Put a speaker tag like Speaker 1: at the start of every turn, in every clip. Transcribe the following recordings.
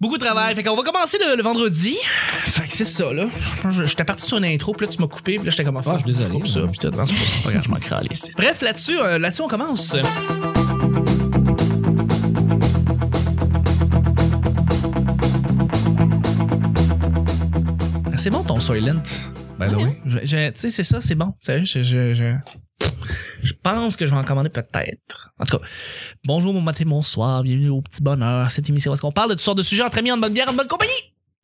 Speaker 1: Beaucoup de travail. Fait qu'on va commencer le, le vendredi. Fait que c'est ça, là. Je- J'étais parti sur une intro, puis là, tu m'as coupé, puis là, j'étais comme, ah,
Speaker 2: je suis désolé.
Speaker 1: coupe ça, puis tout. Non, c'est pas- pas grave, je m'en cralisse. Bref, là-dessus, euh, là-dessus, on commence. Ah, C'est bon ton Soylent. Ben là, oui. Je- je- Tu sais, c'est ça, c'est bon. Sérieux, je, je, je, je pense que je vais en commander peut-être. En tout cas, bonjour, bon matin, bonsoir, bienvenue au petit bonheur. Cette émission, où est-ce qu'on parle de toutes sortes de sujets entre amis, en bonne bière, en bonne compagnie?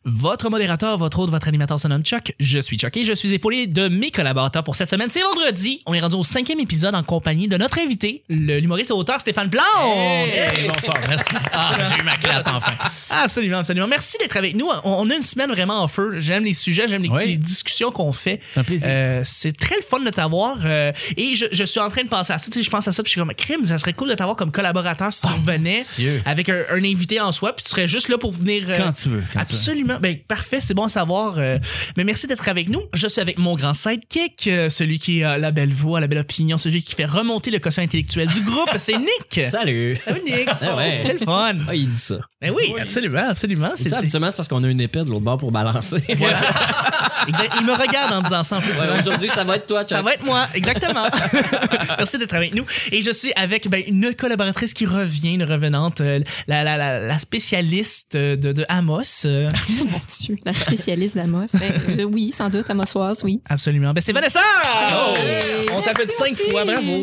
Speaker 1: Votre modérateur, votre hôte, votre animateur se nomme Chuck. Je suis Chuck et je suis épaulé de mes collaborateurs pour cette semaine. C'est vendredi. On est rendu au cinquième épisode en compagnie de notre invité, le- l'humoriste et auteur Stéphane Plante.
Speaker 2: Hey, bonsoir, merci. Ah, j'ai eu ma clap enfin.
Speaker 1: Absolument, absolument. Merci d'être avec nous. On, on a une semaine vraiment en feu. J'aime les sujets, j'aime les,
Speaker 2: Oui.
Speaker 1: les discussions qu'on fait.
Speaker 2: C'est un plaisir.
Speaker 1: Euh, c'est très le fun de t'avoir. euh, et je, je suis en train de penser à ça. Tu sais, je pense à ça, puis je suis comme, crime, ça serait cool de t'avoir comme collaborateur si tu revenais
Speaker 2: Ah, Dieu.
Speaker 1: avec un, un invité en soi, puis tu serais juste là pour venir. euh,
Speaker 2: Quand tu veux. Quand tu veux.
Speaker 1: Absolument. Ben, parfait, c'est bon à savoir. euh, mais merci d'être avec nous. Je suis avec mon grand sidekick, euh, celui qui a la belle voix, la belle opinion, celui qui fait remonter le quotient intellectuel du groupe. c'est Nick.
Speaker 3: Salut!
Speaker 1: Salut Nick.
Speaker 3: Ah ouais.
Speaker 1: C'est le fun.
Speaker 3: Ah, il dit ça.
Speaker 1: Ben oui, absolument, absolument.
Speaker 3: Tu
Speaker 1: C'est,
Speaker 3: sais,
Speaker 1: c'est-
Speaker 3: habituellement, c'est parce qu'on a une épée de l'autre bord pour balancer.
Speaker 1: exact. Il me regarde en disant ça en plus.
Speaker 3: Ouais, Aujourd'hui, ça va être toi, Chuck.
Speaker 1: Ça va être moi, exactement. Merci d'être avec nous. Et je suis avec ben, une collaboratrice qui revient, une revenante, euh, la, la, la, la spécialiste euh, de, de Amos. euh,
Speaker 4: Mon Dieu, la spécialiste d'Amos. Ben, euh, oui, sans doute, Amossoise, oui.
Speaker 1: absolument. Ben, c'est Vanessa!
Speaker 4: Hey!
Speaker 1: On t'appelle
Speaker 4: Merci
Speaker 1: cinq
Speaker 4: aussi.
Speaker 1: fois, bravo!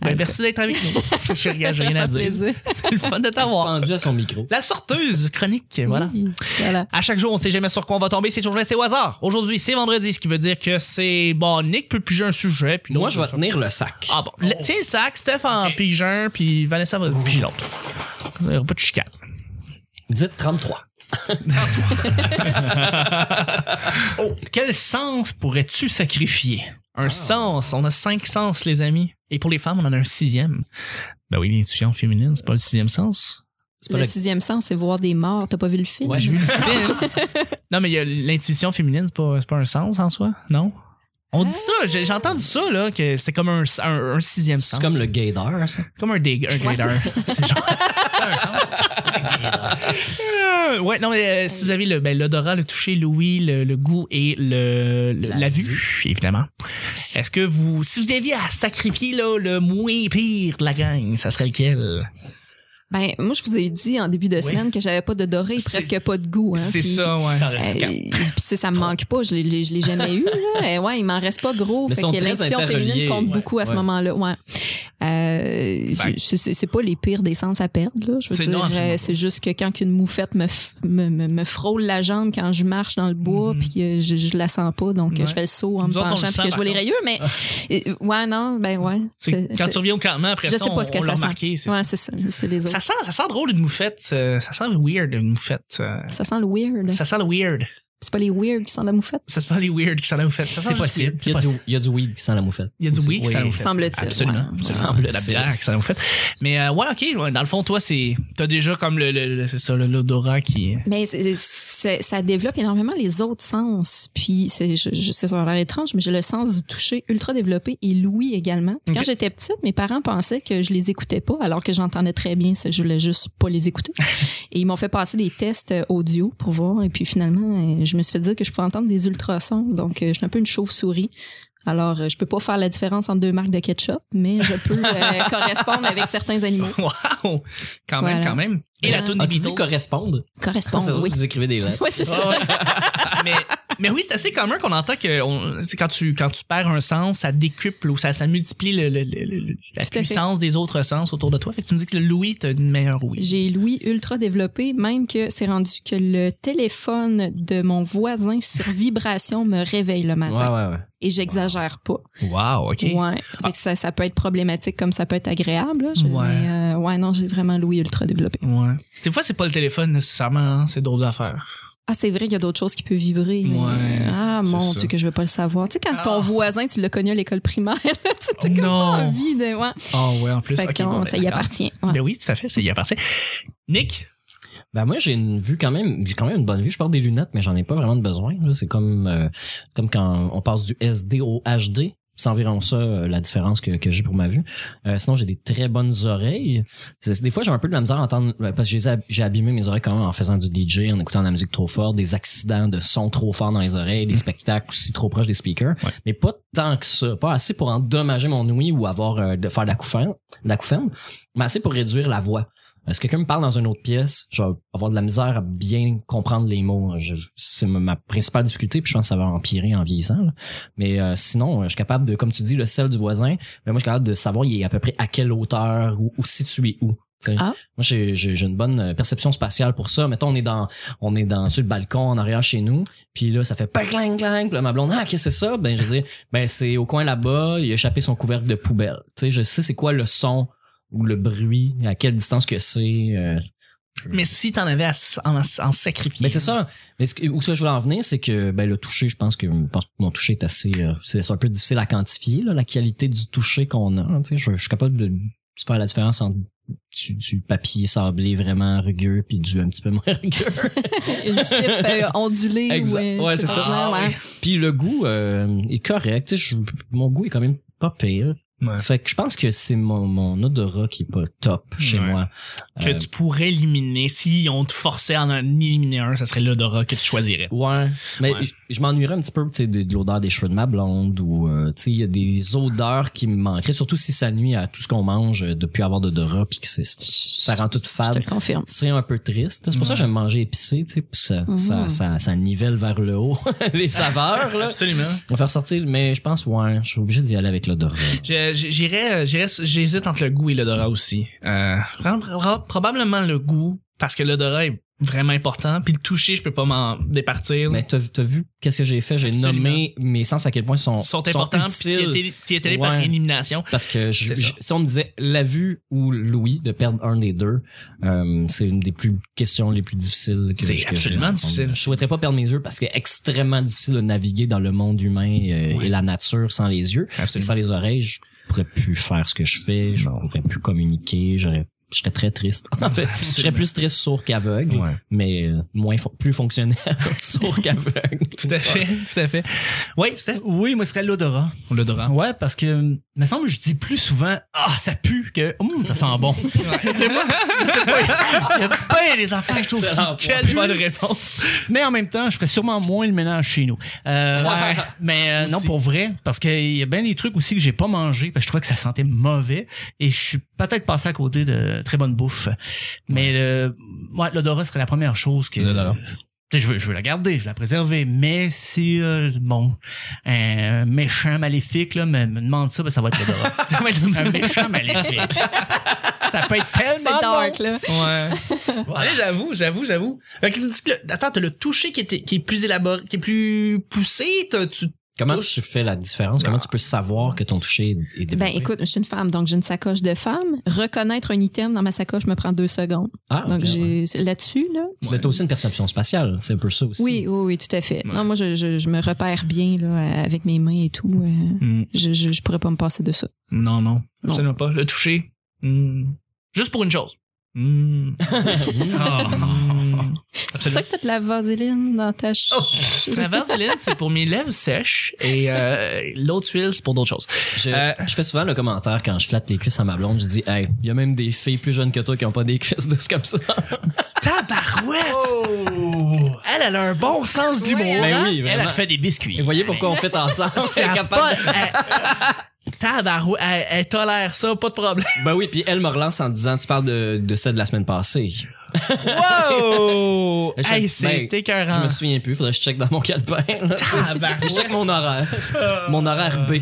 Speaker 1: Ben, merci d'être avec nous. Je suis rien, j'ai rien à dire.
Speaker 4: Plaisir.
Speaker 1: C'est le fun de t'avoir.
Speaker 3: pendu à son micro.
Speaker 1: La sorteuse chronique, voilà.
Speaker 4: Oui, voilà.
Speaker 1: À chaque jour, on sait jamais sur quoi on va tomber, c'est toujours c'est au hasard. Aujourd'hui, c'est vendredi, ce qui veut dire que c'est bon, Nick peut piger un sujet, puis
Speaker 3: Moi,
Speaker 1: l'autre
Speaker 3: je
Speaker 1: va
Speaker 3: vais tenir le sac.
Speaker 1: Ah bon. Le- tiens le sac, Steph en pige un, puis Vanessa va piger l'autre. Il n'y aura pas de chicane.
Speaker 3: Dites 33.
Speaker 1: Oh, Ah. quel sens pourrais-tu sacrifier? Un sens. On a cinq sens, les amis. Et pour les femmes, on en a un sixième. Ben oui, l'intuition féminine, c'est pas le sixième sens.
Speaker 3: C'est pas
Speaker 4: Le
Speaker 3: la-
Speaker 4: sixième sens, c'est voir des morts. T'as pas vu le film?
Speaker 3: Ouais, j'ai vu le
Speaker 1: Non, mais il y a l'intuition féminine, c'est pas, c'est pas un sens en soi, non? On dit ça, j'ai j'ai entendu ça, là, que c'est comme un, un- un sixième sens.
Speaker 3: C'est comme le gaydar, ça.
Speaker 1: Comme un dig, un
Speaker 4: Ouais,
Speaker 1: grader. C'est genre. Euh, ouais, non, mais euh, si vous avez le, ben, l'odorat, le toucher, l'ouïe, le, le goût et le, le- la,
Speaker 3: La
Speaker 1: vue, évidemment. Est-ce que vous. Si vous deviez à sacrifier là, le moins pire de la gang, ça serait lequel?
Speaker 4: Ben, moi, je vous ai dit en début de semaine que j'avais pas de doré,
Speaker 1: C'est-
Speaker 4: presque pas de goût. hein,
Speaker 1: c'est
Speaker 4: puis-
Speaker 1: ça, ouais.
Speaker 4: Euh, puis c'est- ça me manque pas, je l'ai- je l'ai je l'ai jamais eu. Là. Et ouais, il m'en reste pas gros.
Speaker 3: Mais
Speaker 4: fait
Speaker 3: sont
Speaker 4: que
Speaker 3: très
Speaker 4: l'intuition
Speaker 3: interreliés,
Speaker 4: féminine compte
Speaker 3: ouais,
Speaker 4: beaucoup à ce
Speaker 3: ouais.
Speaker 4: moment-là. Ouais. Euh, je- je- c'est c'est pas les pires des sens à perdre. Là. Je veux
Speaker 1: C'est-
Speaker 4: dire,
Speaker 1: non, absolument
Speaker 4: euh, c'est juste que quand une moufette me, f- me, me, me frôle la jambe quand je marche dans le bois, puis que je, je la sens pas, donc
Speaker 1: Mhm.
Speaker 4: euh,
Speaker 1: Ouais.
Speaker 4: je fais le saut en
Speaker 1: Nous
Speaker 4: me
Speaker 1: autres, on le
Speaker 4: penchant,
Speaker 1: sent,
Speaker 4: puis que je
Speaker 1: par
Speaker 4: vois les
Speaker 1: contre.
Speaker 4: rayures. Mais euh, ouais, non, ben ouais.
Speaker 1: C'est-
Speaker 4: C'est-
Speaker 1: Quand
Speaker 4: c'est-
Speaker 1: tu reviens au campement, après
Speaker 4: je
Speaker 1: ça,
Speaker 4: sais pas
Speaker 1: on,
Speaker 4: ce que
Speaker 1: on l'a
Speaker 4: ça sent.
Speaker 1: remarqué. c'est
Speaker 4: Ouais,
Speaker 1: ça.
Speaker 4: c'est ça. C'est les autres.
Speaker 1: Ça
Speaker 4: Ça,
Speaker 1: sent, ça sent drôle une moufette. euh, Ça sent weird une moufette. euh,
Speaker 4: sent le weird.
Speaker 1: Ça sent le weird.
Speaker 4: C'est pas les weird qui sentent la moufette,
Speaker 1: Ça sent les weird qui sentent la moufette. Ça sent
Speaker 3: C'est
Speaker 1: juste
Speaker 3: possible.
Speaker 1: weird.
Speaker 3: Il y, a
Speaker 1: C'est
Speaker 3: du, il y a du weed qui sent la moufette.
Speaker 1: Il y a du oui qui sent la
Speaker 3: Oui.
Speaker 1: moufette.
Speaker 4: semble-t-il.
Speaker 1: Absolument.
Speaker 4: Ouais.
Speaker 1: absolument.
Speaker 3: Semble-t-il.
Speaker 1: la bière que ça nous fait. Mais euh, ouais, ok. ouais, dans le fond, toi, c'est t'as déjà comme le, le- le- c'est ça, le- l'odorat qui.
Speaker 4: Mais c'est- c'est- c'est- ça développe énormément les autres sens. Puis, c'est, je, je sais, ça va l'air étrange, mais j'ai le sens du toucher ultra développé et l'ouïe également. Puis Quand
Speaker 1: Ok.
Speaker 4: j'étais petite, mes parents pensaient que je les écoutais pas, alors que j'entendais très bien, c'est- je voulais juste pas les écouter. et ils m'ont fait passer des tests euh, audio pour voir. Et puis, finalement, euh, je me suis fait dire que je pouvais entendre des ultrasons. Donc, euh, je suis un peu une chauve-souris. Alors, euh, je peux pas faire la différence entre deux marques de ketchup, mais je peux euh, correspondre avec certains animaux.
Speaker 1: Wow! Quand même,
Speaker 4: Voilà.
Speaker 1: quand même. Et la
Speaker 4: Ouais.
Speaker 1: toune des
Speaker 3: Ah, tu dis
Speaker 1: Beatles. Ah,
Speaker 3: correspondre? C'est
Speaker 4: Correspondre,
Speaker 3: drôle
Speaker 4: oui.
Speaker 3: que Vous écrivez des lettres.
Speaker 4: Ouais, c'est ça.
Speaker 1: mais, mais oui, c'est assez commun qu'on entend que on- c'est quand tu quand tu perds un sens, ça décuple ou ça, ça multiplie le- le- le- le- la
Speaker 4: Tout à fait.
Speaker 1: puissance des autres sens autour de toi. Fait que tu me dis que le Louis, t'as une meilleure Louis.
Speaker 4: J'ai l'ouïe ultra développé, même que c'est rendu que le téléphone de mon voisin sur vibration me réveille le
Speaker 1: Ah,
Speaker 3: Ouais,
Speaker 4: matin.
Speaker 3: ouais,
Speaker 4: Et j'exagère pas.
Speaker 1: Wow, ok.
Speaker 4: Ouais. Fait que ça, ça peut être problématique comme ça peut être agréable. là. Je-
Speaker 1: Ouais.
Speaker 4: mais, euh, ouais, non, j'ai vraiment l'ouïe ultra développée.
Speaker 1: Ouais. Des fois, c'est pas le téléphone nécessairement, hein, c'est d'autres affaires.
Speaker 4: Ah, c'est vrai qu'il y a d'autres choses qui peuvent vibrer. mais,
Speaker 1: Ouais,
Speaker 4: euh, ah,
Speaker 1: c'est
Speaker 4: mon
Speaker 1: ça.
Speaker 4: Dieu, que je veux pas le savoir. Tu sais, quand ton
Speaker 1: Ah.
Speaker 4: voisin, tu l'as connu à l'école primaire, là, tu t'as comme
Speaker 1: non.
Speaker 4: pas envie de. Ouais.
Speaker 1: Ah ouais, en plus.
Speaker 4: Fait
Speaker 1: ok,
Speaker 4: qu'on-
Speaker 1: bon,
Speaker 4: ça y
Speaker 1: d'accord.
Speaker 4: appartient. Ouais.
Speaker 1: Ben oui, tout à fait, ça y appartient. Nick,
Speaker 3: Ben moi j'ai une vue quand même, j'ai quand même une bonne vue. Je porte des lunettes, mais j'en ai pas vraiment de besoin. là. C'est comme euh, comme quand on passe du SD au HD. c'est environ ça euh, la différence que, que j'ai pour ma vue. Euh, sinon, j'ai des très bonnes oreilles. C'est- Des fois, j'ai un peu de la misère à entendre ouais, parce que je les ai hab- j'ai abîmé mes oreilles quand même en faisant du DJ, en écoutant de la musique trop forte, des accidents de son trop fort dans les oreilles, des spectacles aussi trop proches des speakers.
Speaker 1: Ouais.
Speaker 3: Mais pas tant que ça, pas assez pour endommager mon ouïe ou avoir euh, de faire de l'acouphène, de l'acouphène, mais assez pour réduire la voix. Euh, Si quelqu'un me parle dans une autre pièce, je vais avoir de la misère à bien comprendre les mots. Je- C'est ma- ma principale difficulté, puis je pense que ça va empirer en vieillissant. là. Mais euh, sinon, euh, je suis capable de, comme tu dis, le sel du voisin, mais moi, je suis capable de savoir il est à peu près à quelle hauteur ou, ou situé où. tu sais.
Speaker 4: Ah.
Speaker 3: Moi, j'ai j'ai- j'ai une bonne euh, perception spatiale pour ça. Mettons, on est dans, on est dans sur le balcon en arrière chez nous, puis là, ça fait pas clang clang. Puis là, ma blonde, ah, qu'est-ce que c'est ça Ben, je dis, ben c'est au coin là-bas, il a échappé son couvercle de poubelle. Tu sais, je sais c'est quoi le son ou le bruit, à quelle distance que c'est. euh,
Speaker 1: Mais si t'en avais à s- en, en sacrifier.
Speaker 3: mais c'est ça. Mais ce que- où ça je voulais en venir, c'est que ben le toucher, je pense que je pense que mon toucher est assez, euh, c'est c'est un peu difficile à quantifier là, la qualité du toucher qu'on a. hein, tu sais, je, je suis capable de de faire la différence entre du, du papier sablé vraiment rugueux puis du un petit peu moins rugueux.
Speaker 4: Une chip euh, ondulée.
Speaker 3: Exact.
Speaker 4: ouais,
Speaker 3: Ouais,
Speaker 4: tu
Speaker 3: c'est
Speaker 4: sais,
Speaker 3: ça.
Speaker 4: là, ouais.
Speaker 3: Puis le goût euh, est correct. Tu sais, je- mon goût est quand même pas pire.
Speaker 1: Ouais.
Speaker 3: Fait que je pense que c'est mon, mon odorat qui est pas top chez
Speaker 1: Ouais.
Speaker 3: moi.
Speaker 1: Que
Speaker 3: Euh,
Speaker 1: tu pourrais éliminer. Si on te forçait à en éliminer un, ça serait l'odorat que tu choisirais.
Speaker 3: Ouais, mais
Speaker 1: Ouais.
Speaker 3: je- je m'ennuierais un petit peu tu sais, de, de l'odeur des cheveux de ma blonde ou euh, tu sais, il y a des odeurs qui me manqueraient, surtout si ça nuit à tout ce qu'on mange euh, depuis avoir d'odorat puis que c'est ça rend tout
Speaker 4: Je te
Speaker 3: fade.
Speaker 4: le confirme.
Speaker 3: C'est un peu triste. là. C'est pour ça que j'aime manger épicé, tu sais, puis ça,
Speaker 4: Mhm.
Speaker 3: ça, ça, ça nivelle vers le haut les saveurs. Là.
Speaker 1: Absolument.
Speaker 3: On va faire sortir, mais je pense, ouais, je suis obligé d'y aller avec l'odorat.
Speaker 1: Je- je- J'irais, euh, j'irais, j'hésite entre le goût et l'odorat aussi. Euh, vraiment, pro- probablement le goût parce que l'odorat est vraiment important. Puis le toucher, je peux pas m'en départir.
Speaker 3: Mais t'as t'as vu qu'est-ce que j'ai fait? J'ai
Speaker 1: Absolument.
Speaker 3: nommé mes sens à quel point ils sont,
Speaker 1: Ils sont importants. Puis
Speaker 3: utiles.
Speaker 1: t'y étais- t'y étais allé par
Speaker 3: Ouais.
Speaker 1: élimination.
Speaker 3: Parce que je-
Speaker 1: C'est
Speaker 3: je-
Speaker 1: ça.
Speaker 3: si on me disait la vue ou Louis de perdre un des deux, euh, c'est une des plus questions les plus difficiles. que
Speaker 1: C'est
Speaker 3: que j'ai
Speaker 1: absolument
Speaker 3: à entendre.
Speaker 1: difficile.
Speaker 3: Je souhaiterais pas perdre mes yeux parce que c'est extrêmement difficile de naviguer dans le monde humain euh,
Speaker 1: Ouais.
Speaker 3: et la nature sans les yeux, Et sans les oreilles. Je pourrais plus faire ce que je fais, je pourrais plus communiquer, j'aurais je serais très triste. En fait, je serais
Speaker 1: Absolument.
Speaker 3: plus triste sourd qu'aveugle,
Speaker 1: Ouais.
Speaker 3: mais euh, moins fon- plus fonctionnel sourd qu'aveugle.
Speaker 1: Tout à fait, tout à fait. Oui, c'était
Speaker 2: Euh, Oui, moi, ce serait l'odorat.
Speaker 1: l'odorat.
Speaker 2: Ouais, parce que, euh, me semble, que je dis plus souvent, ah, ça pue, que, hum, ça sent bon. C'est moi, je sais pas, il y a bien des affaires que je trouve
Speaker 3: Excellent
Speaker 2: qui
Speaker 1: Quelle
Speaker 2: puent.
Speaker 1: bonne réponse.
Speaker 2: Mais en même temps, je ferais sûrement moins le ménage chez nous. Euh,
Speaker 3: Ouais.
Speaker 2: Mais euh,
Speaker 1: Aussi.
Speaker 2: non, pour vrai, parce qu'il y a bien des trucs aussi que j'ai pas mangé, parce que je trouvais que ça sentait mauvais, et je suis peut-être passé à côté de très bonne bouffe. Mais euh, ouais, l'odorat serait la première chose que...
Speaker 3: L'odorat.
Speaker 2: Tu sais, Je veux, je veux la garder, je veux la préserver, mais si, euh, bon, un méchant maléfique là, me, me demande ça, ben, ça va être l'odorat. Ça va être un méchant maléfique. ça peut être
Speaker 4: C'est
Speaker 2: tellement bon.
Speaker 4: dark, là.
Speaker 1: Ouais. Ouais, j'avoue, j'avoue, j'avoue. Fait que tu me dis que le- attends, t'as le toucher qui, était, qui est plus élaboré, qui est plus poussé. t'as- tu,
Speaker 3: Comment
Speaker 1: Tous.
Speaker 3: tu fais la différence?
Speaker 1: Ah.
Speaker 3: Comment tu peux savoir que ton toucher est est
Speaker 4: Ben
Speaker 3: développé?
Speaker 4: écoute, je suis une femme, donc j'ai une sacoche de femme. Reconnaître un item dans ma sacoche me prend deux secondes.
Speaker 3: Ah,
Speaker 4: Donc
Speaker 3: ok, ouais.
Speaker 4: j'ai là-dessus, là,
Speaker 3: Mais t'as aussi une perception spatiale, c'est un peu ça aussi.
Speaker 4: Oui, oui, oui, tout à fait.
Speaker 1: Ouais.
Speaker 4: Non, moi, je, je, je me repère bien là, avec mes mains et tout. euh, je, je, je pourrais pas me passer de ça.
Speaker 1: Non, non,
Speaker 4: Non.
Speaker 1: Absolument pas. Le toucher. hmm, Juste pour une chose. Hmm.
Speaker 2: Oh.
Speaker 1: Hmm.
Speaker 4: C'est pour ça que t'as de la vaseline dans ta ch-
Speaker 1: La vaseline, c'est pour mes lèvres sèches et euh, l'autre huile, c'est pour d'autres choses.
Speaker 3: Je,
Speaker 1: Euh,
Speaker 3: je fais souvent le commentaire quand je flatte les cuisses à ma blonde, je dis Hey, il y a même des filles plus jeunes que toi qui ont pas des cuisses douces comme ça.
Speaker 1: Tabarouette! Elle, elle a un bon sens de l'humour.
Speaker 4: Oui, hein?
Speaker 3: Ben oui,
Speaker 2: Elle a fait des biscuits.
Speaker 3: Et voyez pourquoi on fait ensemble.
Speaker 1: C'est
Speaker 3: Elle est capable de-
Speaker 1: Tabarouette, elle, elle tolère ça, pas de problème.
Speaker 3: Ben oui, puis elle me relance en disant Tu parles de, de celle de la semaine passée.
Speaker 1: Wow!
Speaker 3: Je-
Speaker 1: hey, c'est
Speaker 3: ben, Je
Speaker 1: écœurant.
Speaker 3: me souviens plus, faudrait que je check dans mon calepin. là. Je check
Speaker 1: Tabarouette.
Speaker 3: mon horaire.
Speaker 1: Ah.
Speaker 3: Mon horaire B.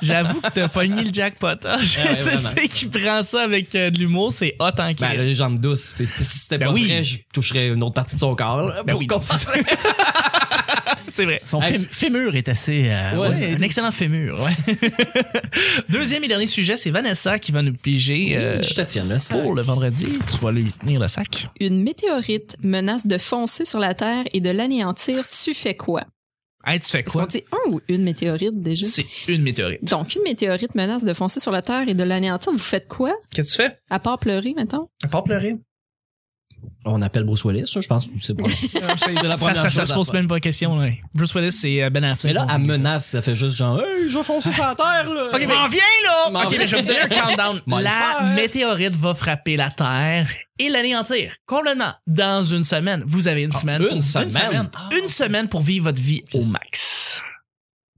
Speaker 1: J'avoue que t'as pogné le jackpot. hein.
Speaker 3: ouais,
Speaker 1: c'est le
Speaker 3: vraiment.
Speaker 1: fait qu'il prend ça avec euh, de l'humour, c'est hot en
Speaker 3: Ben, elle a les jambes douces. Fait que si c'était
Speaker 1: Ben
Speaker 3: pas
Speaker 1: oui.
Speaker 3: vrai, je toucherais une autre partie de son corps. là,
Speaker 1: Ben
Speaker 3: pour
Speaker 1: oui.
Speaker 3: compenser.
Speaker 1: Ah, C'est vrai.
Speaker 2: Son
Speaker 3: Hey,
Speaker 2: fém-
Speaker 3: c'est-
Speaker 2: fémur est assez... euh,
Speaker 3: Ouais,
Speaker 2: ouais,
Speaker 1: C'est un excellent fémur, ouais. Deuxième et dernier sujet, c'est Vanessa qui va nous piger euh,
Speaker 3: Je te tiens là. ça.
Speaker 1: pour le vendredi. Tu vas lui tenir le sac.
Speaker 4: Une météorite menace de foncer sur la Terre et de l'anéantir. Tu fais quoi?
Speaker 1: Hey, tu fais
Speaker 4: Est-ce qu'on
Speaker 1: quoi?
Speaker 4: dit un ou une météorite déjà?
Speaker 1: C'est une météorite.
Speaker 4: Donc, une météorite menace de foncer sur la Terre et de l'anéantir. Vous faites quoi?
Speaker 1: Qu'est-ce que tu fais?
Speaker 4: À part pleurer, mettons?
Speaker 1: À part pleurer.
Speaker 3: On appelle Bruce Willis, ça, je pense. que C'est bon.
Speaker 1: Ah, ça,
Speaker 3: première
Speaker 1: ça, ça
Speaker 3: chose
Speaker 1: se
Speaker 3: à
Speaker 1: pose
Speaker 3: faire.
Speaker 1: même pas la question. là. Bruce Willis, c'est euh, Ben Affleck.
Speaker 3: Mais là,
Speaker 1: On-
Speaker 3: elle menace, ça fait juste genre, hey, je vais foncer sur la terre, là.
Speaker 1: Ok, mais-
Speaker 3: Je m'en
Speaker 1: Ok,
Speaker 3: vais.
Speaker 1: mais je vais vous donner un countdown.
Speaker 3: Moi, le
Speaker 1: La
Speaker 3: faire.
Speaker 1: météorite va frapper la Terre et l'anéantir complètement dans une semaine. Vous avez une semaine.
Speaker 3: Ah, une
Speaker 1: pour-
Speaker 3: semaine? Ah,
Speaker 1: Une semaine pour vivre votre vie au max.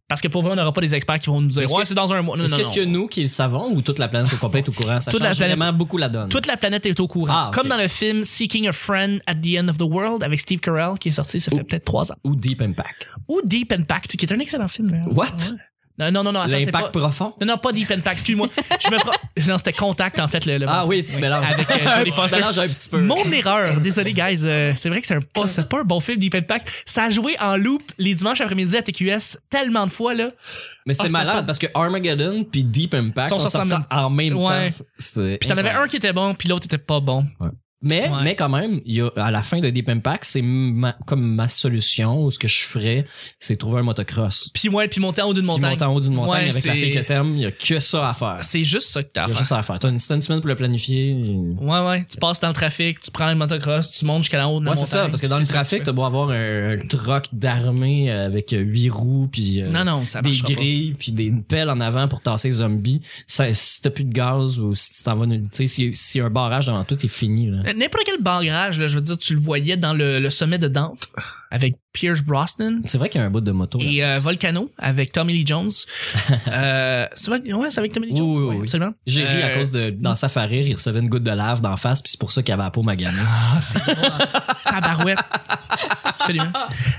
Speaker 1: Parce que pour vrai, on n'aura pas des experts qui vont nous dire
Speaker 3: Est-ce
Speaker 1: Ouais,
Speaker 3: que-
Speaker 1: c'est dans un mois. Non,
Speaker 3: Est-ce
Speaker 1: non,
Speaker 3: que
Speaker 1: non.
Speaker 3: que nous qui le savons ou toute la planète au complet est au courant? Ça
Speaker 1: Toute la
Speaker 3: change
Speaker 1: planète-
Speaker 3: vraiment beaucoup la donne.
Speaker 1: Toute la planète est au courant.
Speaker 3: Ah, ok.
Speaker 1: Comme dans le film Seeking a Friend at the End of the World avec Steve Carell qui est sorti, ça fait
Speaker 3: Ouh.
Speaker 1: peut-être trois ans.
Speaker 3: Ou Deep Impact.
Speaker 1: Ou Deep Impact, qui est un excellent film. d'ailleurs.
Speaker 3: What?
Speaker 1: Non, non, non, non, attends, Ah, c'est
Speaker 3: L'impact
Speaker 1: pas...
Speaker 3: profond?
Speaker 1: Non, non, pas Deep Impact, excuse-moi. Je me pro- Non, c'était Contact, en fait, le. le-
Speaker 3: Ah oui, tu mélanges.
Speaker 1: Avec euh, Jodie
Speaker 3: Tu
Speaker 1: Foster.
Speaker 3: mélanges un petit peu.
Speaker 1: Mon erreur, désolé guys, euh, c'est vrai que c'est un pas, c'est pas un bon film Deep Impact. Ça a joué en loop les dimanches après-midi à TQS tellement de fois là.
Speaker 3: Mais c'est
Speaker 1: Ah, c'est pas-
Speaker 3: malade parce que Armageddon puis Deep Impact
Speaker 1: Sont
Speaker 3: sont,
Speaker 1: sortis en
Speaker 3: sortis
Speaker 1: même-
Speaker 3: en même
Speaker 1: Ouais.
Speaker 3: temps. C'est
Speaker 1: Puis t'en avais
Speaker 3: incroyable.
Speaker 1: un qui était bon, puis l'autre était pas bon.
Speaker 3: Mais,
Speaker 1: Ouais.
Speaker 3: mais quand même, il y a, à la fin de Deep Impact, c'est ma- comme ma solution ou ce que je ferais, c'est trouver un motocross.
Speaker 1: Puis ouais, puis monter en haut d'une
Speaker 3: Puis
Speaker 1: montagne.
Speaker 3: monter en haut d'une montagne
Speaker 1: Ouais,
Speaker 3: avec la
Speaker 1: c'est-
Speaker 3: fille que t'aimes, il y a que ça à faire.
Speaker 1: C'est juste ça que t'as à
Speaker 3: Il y a
Speaker 1: faire.
Speaker 3: juste ça à faire. T'as une, t'as une semaine pour le planifier.
Speaker 1: Ouais, ouais. Tu passes dans le trafic, tu prends le motocross, tu montes jusqu'à en haut de la
Speaker 3: Moi, c'est
Speaker 1: montagne.
Speaker 3: ça, parce que dans le
Speaker 1: c'est ça
Speaker 3: trafic,
Speaker 1: tu
Speaker 3: t'as beau avoir un, un truck d'armée avec euh, huit roues, puis euh,
Speaker 1: fais. Non, non, ça
Speaker 3: des
Speaker 1: marche pas.
Speaker 3: grilles, puis des pelles en avant pour tasser les zombies. Ça, si t'as plus de gaz ou si tu t'en vas, nulle- tu sais, si, si y a un barrage devant toi, t'es fini. Là.
Speaker 1: Euh, N'importe quel barrage, là, je veux dire, tu le voyais dans le, le sommet de Dante avec Pierce Brosnan
Speaker 3: C'est vrai qu'il y a un bout de moto. là.
Speaker 1: et euh, Volcano avec Tommy Lee Jones. euh, c'est vrai- ouais, c'est avec Tommy Lee
Speaker 3: Oui,
Speaker 1: Jones,
Speaker 3: oui,
Speaker 1: ouais,
Speaker 3: oui.
Speaker 1: absolument.
Speaker 3: J'ai ri à
Speaker 1: Euh,
Speaker 3: cause de dans Safari, il recevait une goutte de lave d'en face, puis c'est pour ça qu'il avait la peau maganée.
Speaker 1: hein. Tabarouette. Absolument.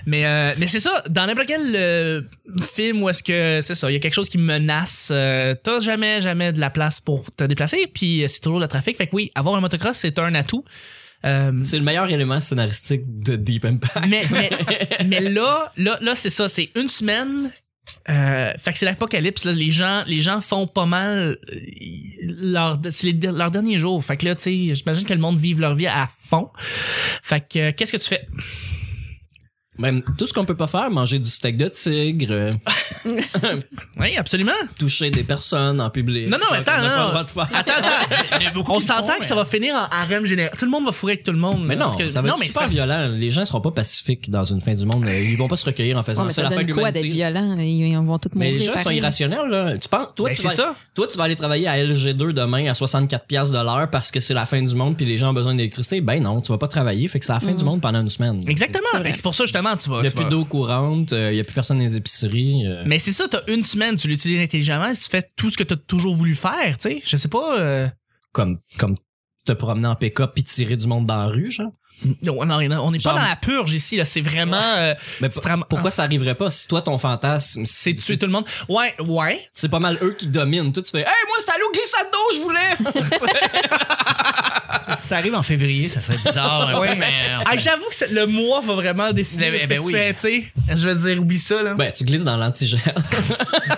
Speaker 1: Mais, euh, mais c'est ça, dans n'importe quel euh, film où est-ce que c'est ça, il y a quelque chose qui menace, euh, t'as jamais, jamais de la place pour te déplacer, puis euh, c'est toujours le trafic. Fait que oui, avoir un motocross, c'est un atout. Euh,
Speaker 3: C'est le meilleur élément scénaristique de Deep Impact.
Speaker 1: mais, mais, mais là, là, là c'est ça, c'est une semaine. Euh, fait que c'est l'apocalypse là. les gens les gens font pas mal euh, leur c'est les- leur dernier jour fait que là tu sais j'imagine que le monde vive leur vie à fond fait que euh, qu'est-ce que tu fais
Speaker 3: Même tout ce qu'on peut pas faire, manger du steak de tigre, euh,
Speaker 1: oui absolument
Speaker 3: toucher des personnes en public.
Speaker 1: Non, non,
Speaker 3: Genre
Speaker 1: attends,
Speaker 3: qu'on n'a pas
Speaker 1: non.
Speaker 3: le droit de faire.
Speaker 1: Attends, attends. On s'entend que ça va finir en harem général. Tout le monde va fourrer avec tout le monde.
Speaker 3: Mais
Speaker 1: là,
Speaker 3: non,
Speaker 1: parce que-
Speaker 3: ça va
Speaker 1: non,
Speaker 3: être
Speaker 1: mais
Speaker 3: super
Speaker 1: c'est parce- Ah.
Speaker 3: violent. Les gens seront pas pacifiques dans une fin du monde. Euh, Ils vont pas se recueillir en faisant
Speaker 4: Ouais, mais
Speaker 3: ça.
Speaker 4: ça
Speaker 3: la fin
Speaker 4: donne
Speaker 3: de
Speaker 4: quoi d'être
Speaker 3: l'humanité.
Speaker 4: violent? Ils, ils vont tous
Speaker 3: Mais
Speaker 4: mourir.
Speaker 3: les gens sont
Speaker 4: pareil.
Speaker 3: irrationnels, là. Tu penses, toi,
Speaker 1: Ben,
Speaker 3: tu
Speaker 1: c'est
Speaker 3: vas,
Speaker 1: ça.
Speaker 3: toi, tu vas aller travailler à LG2 demain à 64 piastres de l'heure parce que c'est la fin du monde puis les gens ont besoin d'électricité. Ben non, tu vas pas travailler. Fait que c'est la fin
Speaker 4: Mhm.
Speaker 3: du monde pendant une semaine.
Speaker 1: Exactement.
Speaker 4: C'est vrai.
Speaker 1: Fait que C'est pour ça, justement, tu vas.
Speaker 3: Il n'y a
Speaker 1: tu vas-
Speaker 3: plus d'eau courante, euh, il n'y a plus personne dans les épiceries. euh.
Speaker 1: Mais c'est ça, t'as une semaine, tu l'utilises intelligemment, tu fais tout ce que t'as toujours voulu faire, tu sais. Je sais pas. euh,
Speaker 3: comme, comme te promener en pick-up puis tirer du monde dans la rue, genre.
Speaker 1: On non, non, on n'est pas
Speaker 3: Genre-
Speaker 1: dans la purge ici, là. C'est vraiment. euh,
Speaker 3: Mais
Speaker 1: tu te
Speaker 3: p-
Speaker 1: ram-
Speaker 3: pourquoi ça arriverait pas si toi, ton fantasme,
Speaker 1: C'est
Speaker 3: c'est
Speaker 1: tuer tout le monde. Ouais, ouais.
Speaker 3: c'est pas mal eux qui dominent. Toi, tu fais, hey, moi, c'est allô glissade d'eau, je voulais!
Speaker 2: Si ça arrive en février, ça serait bizarre. un peu,
Speaker 1: Ouais.
Speaker 2: mais enfin,
Speaker 1: Ah, J'avoue que c'est- le mois va vraiment décider
Speaker 2: Mais-
Speaker 1: ce que
Speaker 2: ben
Speaker 1: tu
Speaker 2: oui.
Speaker 1: fais, tu sais. Je veux dire, oublie ça, là.
Speaker 3: ben, tu glisses dans l'antigel.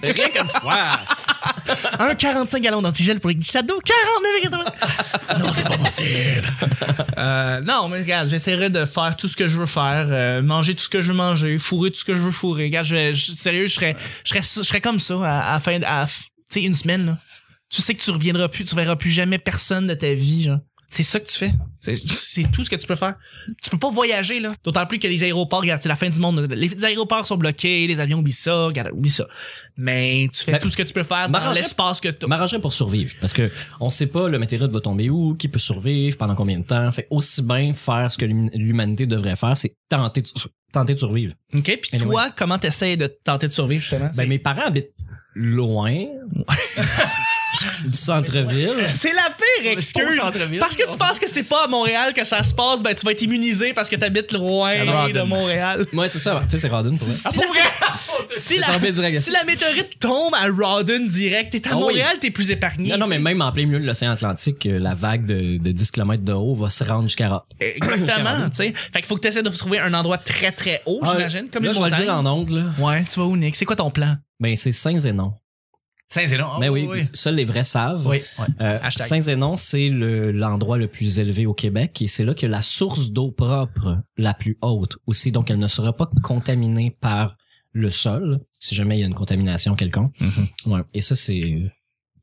Speaker 3: Ben, Rien qu'une fois!
Speaker 1: Un 45 gallons d'antigel pour les glissades d'eau, 49,80. non, c'est pas possible. Euh, non, mais regarde, j'essaierai de faire tout ce que je veux faire, euh, manger tout ce que je veux manger, fourrer tout ce que je veux fourrer. Regarde, je, je- sérieux, je serais, je serais, je serais comme ça à, à la fin, de- à, tu sais, une semaine. là. Tu sais que tu reviendras plus, tu verras plus jamais personne de ta vie, genre. C'est ça que tu fais. C'est- C'est tout ce que tu peux faire. Tu peux pas voyager, là. D'autant plus que les aéroports, regarde, c'est la fin du monde. Les aéroports sont bloqués, les avions oublient ça, regarde, oublie ça. Mais tu fais
Speaker 3: Ben,
Speaker 1: tout ce que tu peux faire dans
Speaker 3: m'arrangerais-
Speaker 1: l'espace que tu
Speaker 3: M'arrangerais pour survivre. Parce que on sait pas le météorite va tomber où, qui peut survivre, pendant combien de temps. Fait aussi bien faire ce que l'hum- l'humanité devrait faire, c'est tenter de, tenter de survivre.
Speaker 1: OK, puis
Speaker 3: Anyway.
Speaker 1: toi, comment t'essayes de tenter de survivre, justement?
Speaker 3: Ben, mes parents habitent loin du centre-ville.
Speaker 1: c'est la pire excuse! Parce que tu penses que c'est pas à Montréal que ça se passe, ben tu vas être immunisé parce que t'habites loin
Speaker 2: Alors,
Speaker 1: de Montréal.
Speaker 3: Ouais, c'est ça. En fait, c'est Rodden pour vrai.
Speaker 1: Si la- Oh, si,
Speaker 3: C'est tombé
Speaker 1: la,
Speaker 3: direct.
Speaker 1: si la météorite tombe à Rawdon direct, t'es à
Speaker 3: Ah oui.
Speaker 1: Montréal, t'es plus épargné.
Speaker 3: Non, non, mais même en plein milieu de l'océan Atlantique, euh, la vague de, de 10 km de haut va se rendre jusqu'à Rod.
Speaker 1: Exactement, tu sais. Fait qu'il faut que t'essaies de trouver un endroit très très haut, j'imagine, comme
Speaker 3: Ah, là,
Speaker 1: une
Speaker 3: je vais le
Speaker 1: montagne.
Speaker 3: dire en ondes, là.
Speaker 1: Ouais, tu vas où, Nick? C'est quoi ton plan?
Speaker 3: Ben, c'est Saint-Zénon.
Speaker 2: Saint-Zénon. ah,
Speaker 3: Mais Ben oui, seuls les vrais savent.
Speaker 2: Oui.
Speaker 3: Euh,
Speaker 1: Hashtag.
Speaker 3: Saint-Zénon, c'est le- l'endroit le, plus élevé au Québec et c'est là que la source d'eau propre la plus haute aussi. Donc, elle ne sera pas contaminée par le sol, si jamais il y a une contamination quelconque. Ouais. Et ça, c'est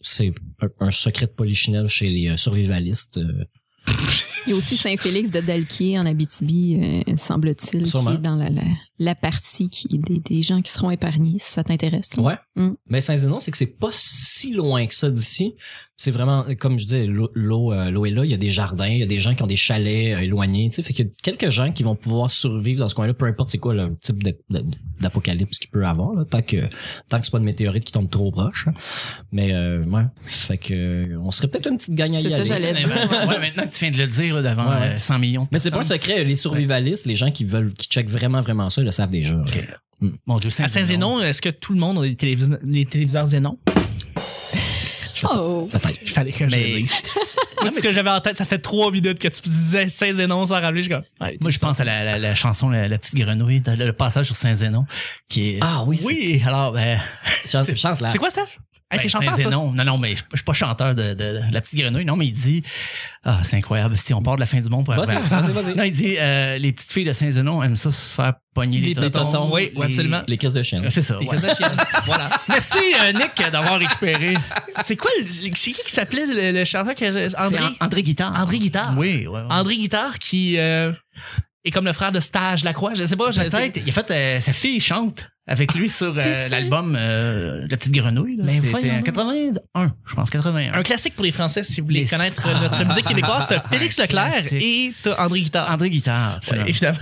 Speaker 3: c'est un, un secret de polichinelle chez les euh, survivalistes. euh,
Speaker 4: Il y a aussi Saint-Félix de Dalquier en Abitibi, euh, semble-t-il, qui
Speaker 3: Sûrement.
Speaker 4: est dans la, la, la partie qui, des, des gens qui seront épargnés, si ça t'intéresse. là.
Speaker 3: Ouais.
Speaker 4: Mm.
Speaker 3: Mais Saint-Zénon, c'est que c'est pas si loin que ça d'ici. C'est vraiment, euh, comme je dis, l'eau l'eau, euh, l'eau est là. Il y a des jardins, il y a des gens qui ont des chalets euh, éloignés. Tu sais, fait qu'il y a quelques gens qui vont pouvoir survivre dans ce coin-là, peu importe c'est quoi le type de- de- d'apocalypse qu'il peut avoir, là, tant que tant que c'est pas de météorite qui tombe trop proche. hein. Mais euh, ouais, fait que euh, on serait peut-être une petite gagne à y
Speaker 4: C'est ça,
Speaker 3: aller.
Speaker 4: j'allais dire.
Speaker 2: Eh ben, ouais, maintenant que tu viens de le dire là, devant
Speaker 3: Ouais.
Speaker 2: euh, 100 millions. de
Speaker 3: Mais c'est pas un
Speaker 2: personnes.
Speaker 3: secret. Les survivalistes, les gens qui veulent, qui checkent vraiment vraiment ça, ils le savent déjà. là.
Speaker 2: Mon Dieu,
Speaker 1: À Saint-Zénon, est-ce que tout le monde a des, télévis- des téléviseurs Zénon?
Speaker 4: Oh!
Speaker 3: Peut-être.
Speaker 1: Il fallait que je
Speaker 2: Mais-
Speaker 1: le dise. Moi, ce que j'avais en tête, ça fait trois minutes que tu disais Saint-Zénon sans rappeler. Je suis comme, ouais,
Speaker 2: Moi, je pense à la, la- la chanson la, La petite grenouille, le, le passage sur Saint-Zénon, qui est.
Speaker 3: Ah oui,
Speaker 2: oui, alors, ben,
Speaker 3: Chante,
Speaker 2: c'est-
Speaker 3: chante, là.
Speaker 1: C'est quoi, Steph? Hey,
Speaker 2: ben,
Speaker 1: t'es chanteur, toi?
Speaker 2: Saint-Zénon. Non, non, mais je je suis pas chanteur de, de- de La petite grenouille, non, mais il dit. Ah, c'est incroyable. Si on part de la fin du monde pour
Speaker 3: Vas-y,
Speaker 2: arriver à ça.
Speaker 3: vas-y, vas-y.
Speaker 2: Non, il dit euh, Les petites filles de Saint-Zénon aiment ça se faire pogner les,
Speaker 1: Les tontons.
Speaker 2: tontons.
Speaker 1: Oui, oui, absolument.
Speaker 3: Les caisses de chien.
Speaker 2: Euh, C'est ça.
Speaker 1: Les
Speaker 2: ouais.
Speaker 1: caisses de chienne.
Speaker 2: voilà. Merci, euh, Nick, d'avoir récupéré.
Speaker 1: C'est quoi, le- c'est qui qui s'appelait le, le chanteur que André?
Speaker 2: C'est André Guitard.
Speaker 1: André Guitard.
Speaker 2: Oui, ouais, ouais.
Speaker 1: André Guitard qui euh, est comme le frère de Stage Lacroix. Je sais pas. Je, c'est-
Speaker 2: Peut-être. Il a fait euh, sa fille chante avec lui sur euh,
Speaker 4: T'es-tu-
Speaker 2: l'album euh, La petite grenouille. là.
Speaker 1: Mais
Speaker 2: C'était
Speaker 1: voyons
Speaker 2: en 81, je pense 81.
Speaker 1: un classique pour les Français si vous voulez
Speaker 2: Mais
Speaker 1: connaître
Speaker 2: ça-
Speaker 1: notre musique québécoise. T'as
Speaker 2: Un
Speaker 1: Félix Leclerc
Speaker 2: classique.
Speaker 1: et t'as André Guitard.
Speaker 2: André Guitard.
Speaker 1: Ouais,
Speaker 2: absolument.
Speaker 1: évidemment.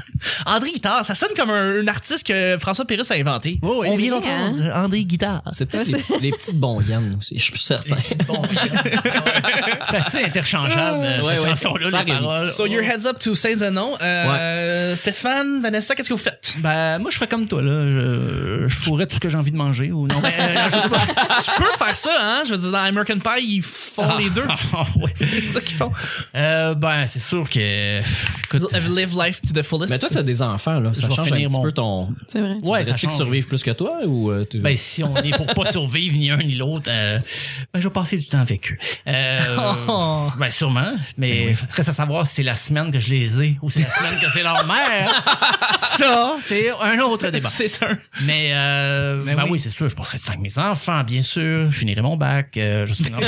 Speaker 1: André Guitard, ça sonne comme un, un artiste que François Pérus a inventé.
Speaker 2: Oh, oui.
Speaker 1: On vient
Speaker 4: C'est vrai,
Speaker 1: d'entendre André Guitard.
Speaker 3: C'est peut-être les, les petites bonyennes aussi, je suis plus certain.
Speaker 2: C'est assez interchangeable, euh,
Speaker 3: Ouais,
Speaker 2: cette
Speaker 3: ouais. Ça
Speaker 2: chanson-là, les
Speaker 3: arrive.
Speaker 2: paroles.
Speaker 1: So your heads up to Saint-Zenon. Euh, Stéphane, Vanessa, qu'est-ce que vous faites?
Speaker 2: Ben, moi, je ferais comme toi, là. Je, je fourrais tout ce que j'ai envie de manger ou non. Ben, euh, je sais pas.
Speaker 1: tu peux faire ça, hein? Je veux dire, dans American Pie, ils font les deux.
Speaker 2: Ah, ouais.
Speaker 1: C'est ça qu'ils font.
Speaker 2: Euh, ben, c'est sûr que. Écoute,
Speaker 1: Live life to the fullest.
Speaker 3: Mais toi, t'as des enfants, là. Ça
Speaker 2: Je vais
Speaker 3: change un petit
Speaker 2: finir mon-
Speaker 3: peu ton.
Speaker 4: C'est vrai.
Speaker 2: Ouais, ça
Speaker 3: tu que
Speaker 2: change.
Speaker 3: survivent plus que toi ou euh, tu-
Speaker 2: Ben, si on est pour pas survivre ni un ni l'autre, euh, ben, je vais passer du temps avec eux. Euh,
Speaker 1: Oh.
Speaker 2: Ben, sûrement, mais reste à savoir si c'est la semaine que je les ai ou c'est la semaine que c'est leur mère. Ça, c'est un autre débat.
Speaker 1: C'est un.
Speaker 2: Mais, euh,
Speaker 1: Mais
Speaker 2: ben
Speaker 1: oui.
Speaker 2: oui, c'est sûr, je passerai du temps avec mes enfants, bien sûr. Je finirai mon bac. euh, je suis non,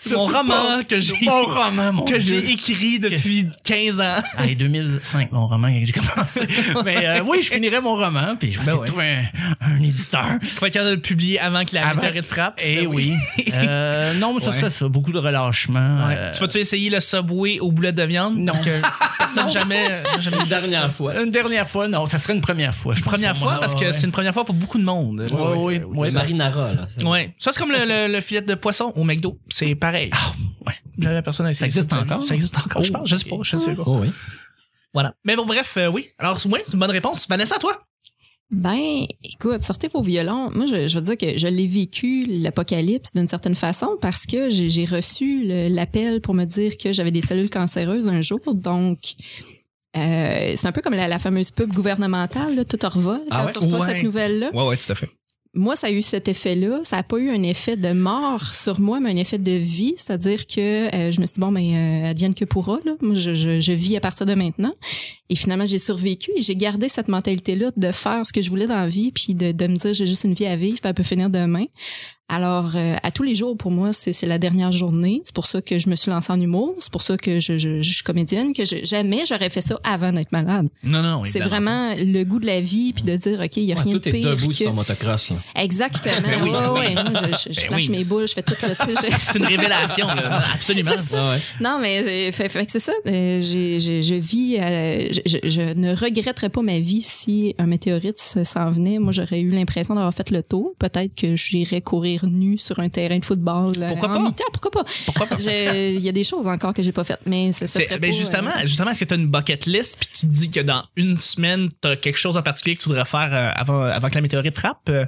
Speaker 1: C'est mon roman que j'ai
Speaker 2: mon roman, mon
Speaker 1: que
Speaker 2: Dieu.
Speaker 1: j'ai écrit depuis 15 ans.
Speaker 2: Ah, et 2005, mon roman, quand j'ai commencé. Mais euh, oui, je finirai mon roman, puis je vais
Speaker 1: Ben
Speaker 2: essayer de trouver un, un éditeur.
Speaker 1: Faut être capable de le publier avant que la
Speaker 2: Avant-
Speaker 1: météorite frappe.
Speaker 2: Eh
Speaker 1: Ben
Speaker 2: oui. Euh, non, mais ça
Speaker 1: Ouais.
Speaker 2: serait ça. Beaucoup de relâchement.
Speaker 1: Ouais.
Speaker 2: euh,
Speaker 1: Tu vas-tu essayer le Subway aux boulettes de viande?
Speaker 2: Non.
Speaker 1: Parce que personne jamais... euh, jamais
Speaker 3: Une dernière fois.
Speaker 2: Une dernière fois, non, ça serait une première fois. Je pense,
Speaker 1: première
Speaker 2: pour
Speaker 1: fois,
Speaker 2: moi.
Speaker 1: parce que
Speaker 2: Ouais,
Speaker 1: c'est une première fois pour beaucoup de monde.
Speaker 2: ouais. Ouais, ouais, ouais,
Speaker 3: Le marinara, là. c'est-
Speaker 1: Ouais. Ça, c'est comme le, le- le filet de poisson au McDo. C'est pareil.
Speaker 2: ouais.
Speaker 1: J'avais la personne à essayer.
Speaker 2: existe encore?
Speaker 1: Ah, Ça existe encore, je pense. Je sais pas, je sais pas.
Speaker 3: Oh, oui.
Speaker 1: Voilà. Mais bon, bref, euh, oui. Alors, oui, c'est une bonne réponse. Vanessa, toi?
Speaker 4: Ben, écoute, sortez vos violons. Moi, je, je veux dire que je l'ai vécu, l'apocalypse, d'une certaine façon, parce que j'ai j'ai reçu le- l'appel pour me dire que j'avais des cellules cancéreuses un jour. Donc, euh, c'est un peu comme la, la fameuse pub gouvernementale, là, tout en revol, quand
Speaker 3: Ah ouais?
Speaker 4: tu reçois
Speaker 1: Ouais.
Speaker 4: cette nouvelle-là.
Speaker 1: Ouais, ouais, tout à fait.
Speaker 4: Moi, ça a eu cet effet-là. Ça n'a pas eu un effet de mort sur moi, mais un effet de vie. C'est-à-dire que euh, je me suis dit, bon, ben, euh, advienne que pourra. Là. Moi, je, je, je vis à partir de maintenant. Et finalement, j'ai survécu et j'ai gardé cette mentalité-là de faire ce que je voulais dans la vie, puis de, de me dire, j'ai juste une vie à vivre, puis elle peut finir demain. Alors, euh, à tous les jours, pour moi, c'est c'est la dernière journée. C'est pour ça que je me suis lancée en humour. C'est pour ça que je, je, je suis comédienne, que je- jamais j'aurais fait ça avant d'être malade.
Speaker 1: Non, non,
Speaker 4: c'est vraiment le goût de la vie, puis de dire, OK, il n'y a
Speaker 3: Ouais,
Speaker 4: rien de
Speaker 3: tout est
Speaker 4: pire
Speaker 3: debout
Speaker 4: que...
Speaker 3: sur ton motocross, là.
Speaker 4: Exactement.
Speaker 1: Ben oui.
Speaker 4: ouais, ouais. Moi, je, je, je
Speaker 1: Ben
Speaker 4: flash
Speaker 1: oui, mais
Speaker 4: mes
Speaker 1: c'est-
Speaker 4: boules, je fais tout le. tu sais, je-
Speaker 1: C'est une révélation, là. Absolument.
Speaker 4: C'est ça.
Speaker 3: Ah, ouais.
Speaker 4: Non, mais c'est- fait, fait que c'est ça. Euh, j'ai- j'ai- je vis. euh, je, je- je ne regretterais pas ma vie si un météorite se- s'en venait. Moi, j'aurais eu l'impression d'avoir fait le tour. Peut-être que j'irais courir nu sur un terrain de football. euh,
Speaker 1: Pourquoi
Speaker 4: en
Speaker 1: pas?
Speaker 4: mi-temps, pourquoi pas? Je- Il y a des choses encore que j'ai pas faites, mais ce, ce
Speaker 1: C'est-
Speaker 4: serait
Speaker 1: ben
Speaker 4: pas,
Speaker 1: justement,
Speaker 4: euh,
Speaker 1: justement, est-ce que tu as une bucket list puis tu te dis que dans une semaine, tu as quelque chose en particulier que tu voudrais faire euh, avant, avant que la météorite frappe? euh,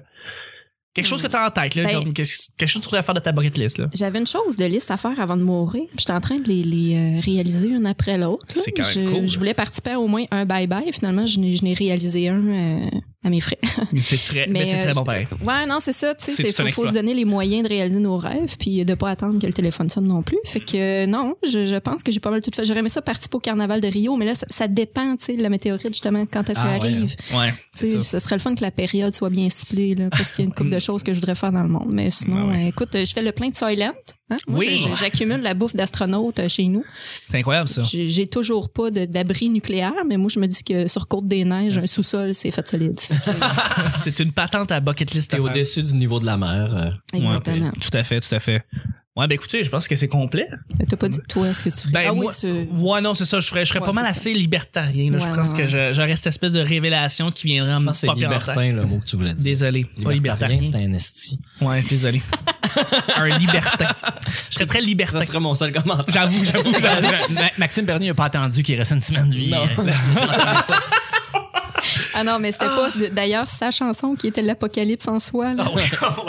Speaker 1: quelque chose que tu as en tête, là,
Speaker 4: Ben-
Speaker 1: comme qu'est-ce- quelque chose que tu voudrais faire de ta bucket list. Là.
Speaker 4: J'avais une chose de liste à faire avant de mourir. puis J'étais en train de les, les, euh, réaliser une après l'autre. là.
Speaker 1: C'est quand même
Speaker 4: je,
Speaker 1: cool. hein.
Speaker 4: je voulais participer à au moins un bye-bye. Finalement, je n'ai je n'ai réalisé un euh, à mes frais.
Speaker 1: C'est très, mais
Speaker 4: Mais,
Speaker 1: c'est
Speaker 4: euh,
Speaker 1: très bon
Speaker 4: je-
Speaker 1: pareil.
Speaker 4: Ouais, non, c'est ça. Tu
Speaker 1: C'est
Speaker 4: sais, il
Speaker 1: tout un
Speaker 4: faut, faut
Speaker 1: exploit.
Speaker 4: se donner les moyens de réaliser nos rêves puis de pas attendre que le téléphone sonne non plus. Fait que euh, non, je, je pense que j'ai pas mal tout fait. J'aurais aimé ça participer au carnaval de Rio, mais là, ça, ça dépend, tu sais, de la météorite, justement, quand est-ce
Speaker 3: Ah,
Speaker 4: qu'elle
Speaker 3: ouais,
Speaker 4: arrive.
Speaker 1: Ouais,
Speaker 4: Tu
Speaker 1: c'est
Speaker 4: sais,
Speaker 1: ça.
Speaker 4: ce serait le fun que la période soit bien ciblée, là, parce qu'il y a une couple de choses que je voudrais faire dans le monde. Mais sinon,
Speaker 1: Ben ouais.
Speaker 4: euh, écoute, euh, je fais le plein de Soylent Hein? Moi,
Speaker 1: Oui.
Speaker 4: je- je- J'accumule la bouffe d'astronaute euh, chez nous.
Speaker 1: C'est incroyable, ça.
Speaker 4: J'ai j'ai toujours pas de- d'abri nucléaire, mais moi, je me dis que sur
Speaker 1: Ah,
Speaker 4: Côte-des-Neiges, un sous-sol, c'est fait solide.
Speaker 1: C'est une patente à bucket list.
Speaker 3: T'es
Speaker 1: à faire.
Speaker 3: au-dessus du niveau de la mer. euh,
Speaker 4: Exactement.
Speaker 1: Ouais, ben, tout à fait, tout à fait. Ouais, ben écoutez, je pense que c'est complet.
Speaker 4: T'as pas dit, toi, ce que tu ferais?
Speaker 1: Ben,
Speaker 4: ah oui,
Speaker 1: moi,
Speaker 4: tu-
Speaker 1: ouais, non, c'est ça. Je serais, je serais
Speaker 4: Ouais,
Speaker 1: pas mal
Speaker 4: c'est ça.
Speaker 1: assez libertarien. là. je
Speaker 4: Ouais,
Speaker 1: pense
Speaker 4: ouais,
Speaker 1: que je- j'aurais cette espèce de révélation qui viendrait en
Speaker 3: Je
Speaker 1: me
Speaker 3: pense que c'est
Speaker 1: popper Mm, en tête.
Speaker 3: libertin, le mot que tu voulais dire.
Speaker 1: Désolé, pas libertarien.
Speaker 3: c'est un esti.
Speaker 1: Ouais, désolé. Un libertin. Je serais très libertin.
Speaker 3: Ça serait mon seul commentaire.
Speaker 1: J'avoue, j'avoue, j'avoue.
Speaker 2: Ma- Maxime Bernier n'a pas attendu qu'il restait une semaine de vie.
Speaker 4: Ah non, mais c'était pas de- d'ailleurs sa chanson qui était l'apocalypse en soi. là.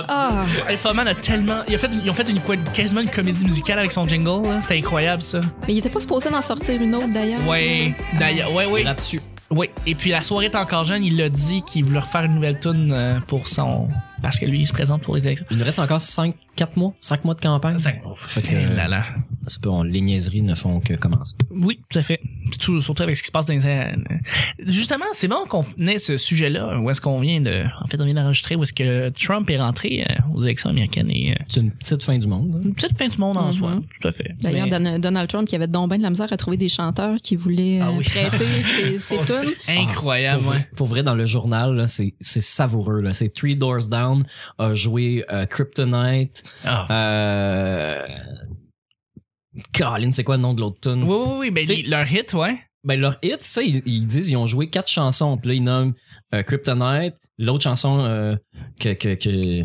Speaker 4: Ah,
Speaker 1: Hey, Furman a tellement. Ils ont fait, ils ont fait une, quasiment une comédie musicale avec son jingle. là. C'était incroyable, ça.
Speaker 4: mais il était pas supposé d'en sortir une autre d'ailleurs.
Speaker 1: Ouais. D'ailleurs, ouais, ouais.
Speaker 3: Là-dessus.
Speaker 1: Oui, et puis la soirée est encore jeune, il l'a dit qu'il voulait refaire une nouvelle tune euh, pour son. Parce que lui, il se présente pour les élections.
Speaker 3: Il nous reste encore 5, 4 mois, 5 mois de campagne.
Speaker 2: Cinq
Speaker 3: mois. Fait que, euh,
Speaker 1: Eh là là.
Speaker 3: c'est pas- on- les niaiseries ne font que commencer.
Speaker 1: Oui, tout à fait. Puis tout- surtout avec ce qui se passe dans les. euh, Justement, c'est bon qu'on ait ce sujet-là, où est-ce qu'on vient de. En fait, on vient d'enregistrer, où est-ce que Trump est rentré euh, aux élections américaines et. euh,
Speaker 3: C'est une petite fin du monde.
Speaker 1: une petite fin du monde en
Speaker 4: Mhm.
Speaker 1: soi, tout à fait.
Speaker 4: D'ailleurs,
Speaker 1: Mais-
Speaker 4: Don- Donald Trump qui avait donc bien de la misère à trouver des chanteurs qui voulaient
Speaker 1: Ah
Speaker 4: euh,
Speaker 1: oui. Oh,
Speaker 4: prêter ses, ses tunes.
Speaker 3: là.
Speaker 1: Incroyable,
Speaker 3: Ah,
Speaker 1: Ah,
Speaker 3: Pour,
Speaker 1: ouais.
Speaker 3: vrai, pour vrai, dans le journal, là, c'est c'est savoureux. là. C'est Three Doors Down a joué euh, Kryptonite.
Speaker 2: Ah.
Speaker 3: Euh... Colin, c'est quoi le nom de l'autre tune?
Speaker 1: Oui, oui, oui, ben,
Speaker 3: T'sais-
Speaker 1: les- leur hit, ouais.
Speaker 3: Ben, leur hit, ça, ils, ils disent, ils ont joué quatre chansons. Puis là, ils nomment euh, Kryptonite, l'autre chanson euh, que, que, que-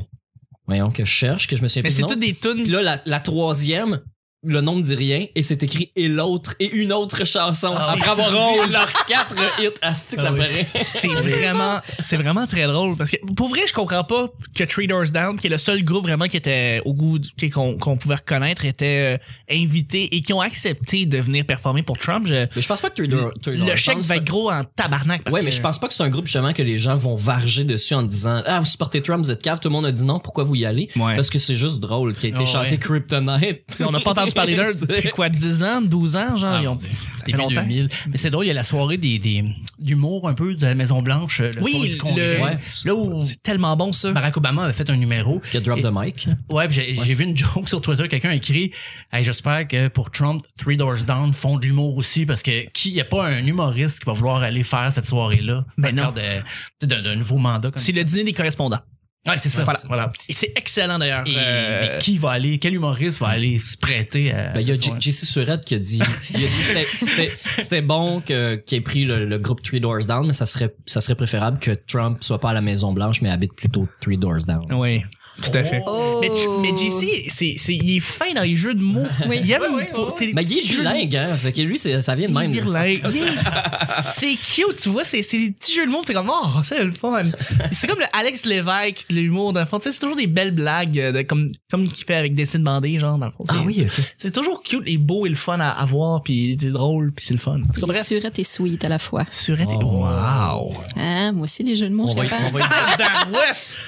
Speaker 3: voyons, que je cherche, que je me souviens
Speaker 1: Mais
Speaker 3: plus. du
Speaker 1: c'est
Speaker 3: nom.
Speaker 1: toutes des tunes.
Speaker 3: Puis là, la, la troisième, le nom ne dit rien, et c'est écrit et l'autre, et une autre chanson.
Speaker 1: Ah,
Speaker 3: après
Speaker 1: c'est
Speaker 3: avoir dit leurs quatre hits, Asti, que ça
Speaker 1: Ah
Speaker 3: me
Speaker 1: oui.
Speaker 3: fait rire.
Speaker 1: C'est vraiment, c'est vraiment très drôle parce que pour vrai, je comprends pas que Three Doors Down, qui est le seul groupe vraiment qui était au goût du- qui- qu'on qu'on pouvait reconnaître, était euh, invité et qui ont accepté de venir performer pour Trump. Je-
Speaker 3: Mais je pense pas que Taylor, Taylor
Speaker 1: le chèque
Speaker 3: Swift-
Speaker 1: va être gros en tabarnak. Parce
Speaker 3: Ouais,
Speaker 1: que-
Speaker 3: mais je pense pas que c'est un groupe justement que les gens vont varger dessus en disant Ah, vous supportez Trump, vous êtes cave, tout le monde a dit non, pourquoi vous y allez
Speaker 1: Ouais. Ah
Speaker 3: Parce que c'est juste drôle qui a été
Speaker 2: Oh,
Speaker 3: chanté
Speaker 2: ouais.
Speaker 3: Kryptonite.
Speaker 1: Tu sais, on n'a pas entendu parler d'eux depuis quoi, 10 ans, 12 ans, genre,
Speaker 2: Ah,
Speaker 1: ils ont-
Speaker 2: mon Dieu.
Speaker 1: ça fait
Speaker 2: Début
Speaker 1: longtemps.
Speaker 2: 2000. Mais c'est drôle, il y a la soirée des, des- d'humour un peu de la Maison Blanche, le soir
Speaker 1: Oui,
Speaker 2: du congrès.
Speaker 1: le-
Speaker 2: Ouais. Là où
Speaker 1: C'est tellement bon, ça.
Speaker 2: Barack Obama avait fait un numéro.
Speaker 3: Qui a drop the mic.
Speaker 2: Ouais, puis j'ai j'ai vu une joke sur Twitter, quelqu'un a écrit hey, j'espère que pour Trump, Three Doors Down font de l'humour aussi parce que qui y a pas un humoriste qui va vouloir aller faire cette soirée-là
Speaker 1: Ben
Speaker 2: dans le cadre de- d'un d'un nouveau mandat comme
Speaker 1: C'est
Speaker 2: ça.
Speaker 1: le dîner des correspondants.
Speaker 2: Ouais, c'est ça.
Speaker 1: Voilà.
Speaker 2: voilà.
Speaker 1: Et c'est excellent d'ailleurs.
Speaker 2: Et
Speaker 1: Euh,
Speaker 2: mais qui va aller, quel humoriste va aller se prêter à
Speaker 3: Ben, il y a
Speaker 2: cette soirée?
Speaker 3: J- JC Surette qui a dit, il a dit c'était- c'était- c'était bon que- qu'il ait pris le, le groupe Three Doors Down, mais ça serait, ça serait préférable que Trump soit pas à la Maison Blanche, mais habite plutôt Three Doors Down.
Speaker 1: Oui, tout à fait.
Speaker 4: Oh.
Speaker 1: Mais, tu- mais JC, c'est, c'est, il est fin dans les jeux de mots.
Speaker 4: Oui.
Speaker 1: Il aime
Speaker 2: Ouais, ouais,
Speaker 1: pour-
Speaker 2: ouais.
Speaker 1: c'est des
Speaker 3: Mais il
Speaker 1: petits
Speaker 3: est
Speaker 1: jeux de
Speaker 3: bilingue, hein. Fait que lui, c'est- ça vient de même. là.
Speaker 1: Irlingue. Yeah. C'est cute, tu vois, c'est c'est des petits jeux de mots, t'es comme, oh, c'est le fun. C'est comme le Alex Lévesque, de l'humour, dans le fond, tu sais, c'est toujours des belles blagues, euh, de- comme, comme qu'il fait avec Dessine Bandé, genre, dans le fond. C'est-
Speaker 3: Ah oui, ok.
Speaker 1: C'est toujours cute et beau et le fun à, à voir, puis c'est drôle, puis c'est le fun. En tout cas,
Speaker 4: Il est
Speaker 1: bref.
Speaker 4: surette et sweet à la fois.
Speaker 1: Surette et-
Speaker 3: Oh. Ah,
Speaker 1: Wow!
Speaker 4: Hein, moi aussi, les jeux de mots,
Speaker 3: On
Speaker 4: je
Speaker 3: va, y-
Speaker 4: capable.
Speaker 3: on va, y- ben,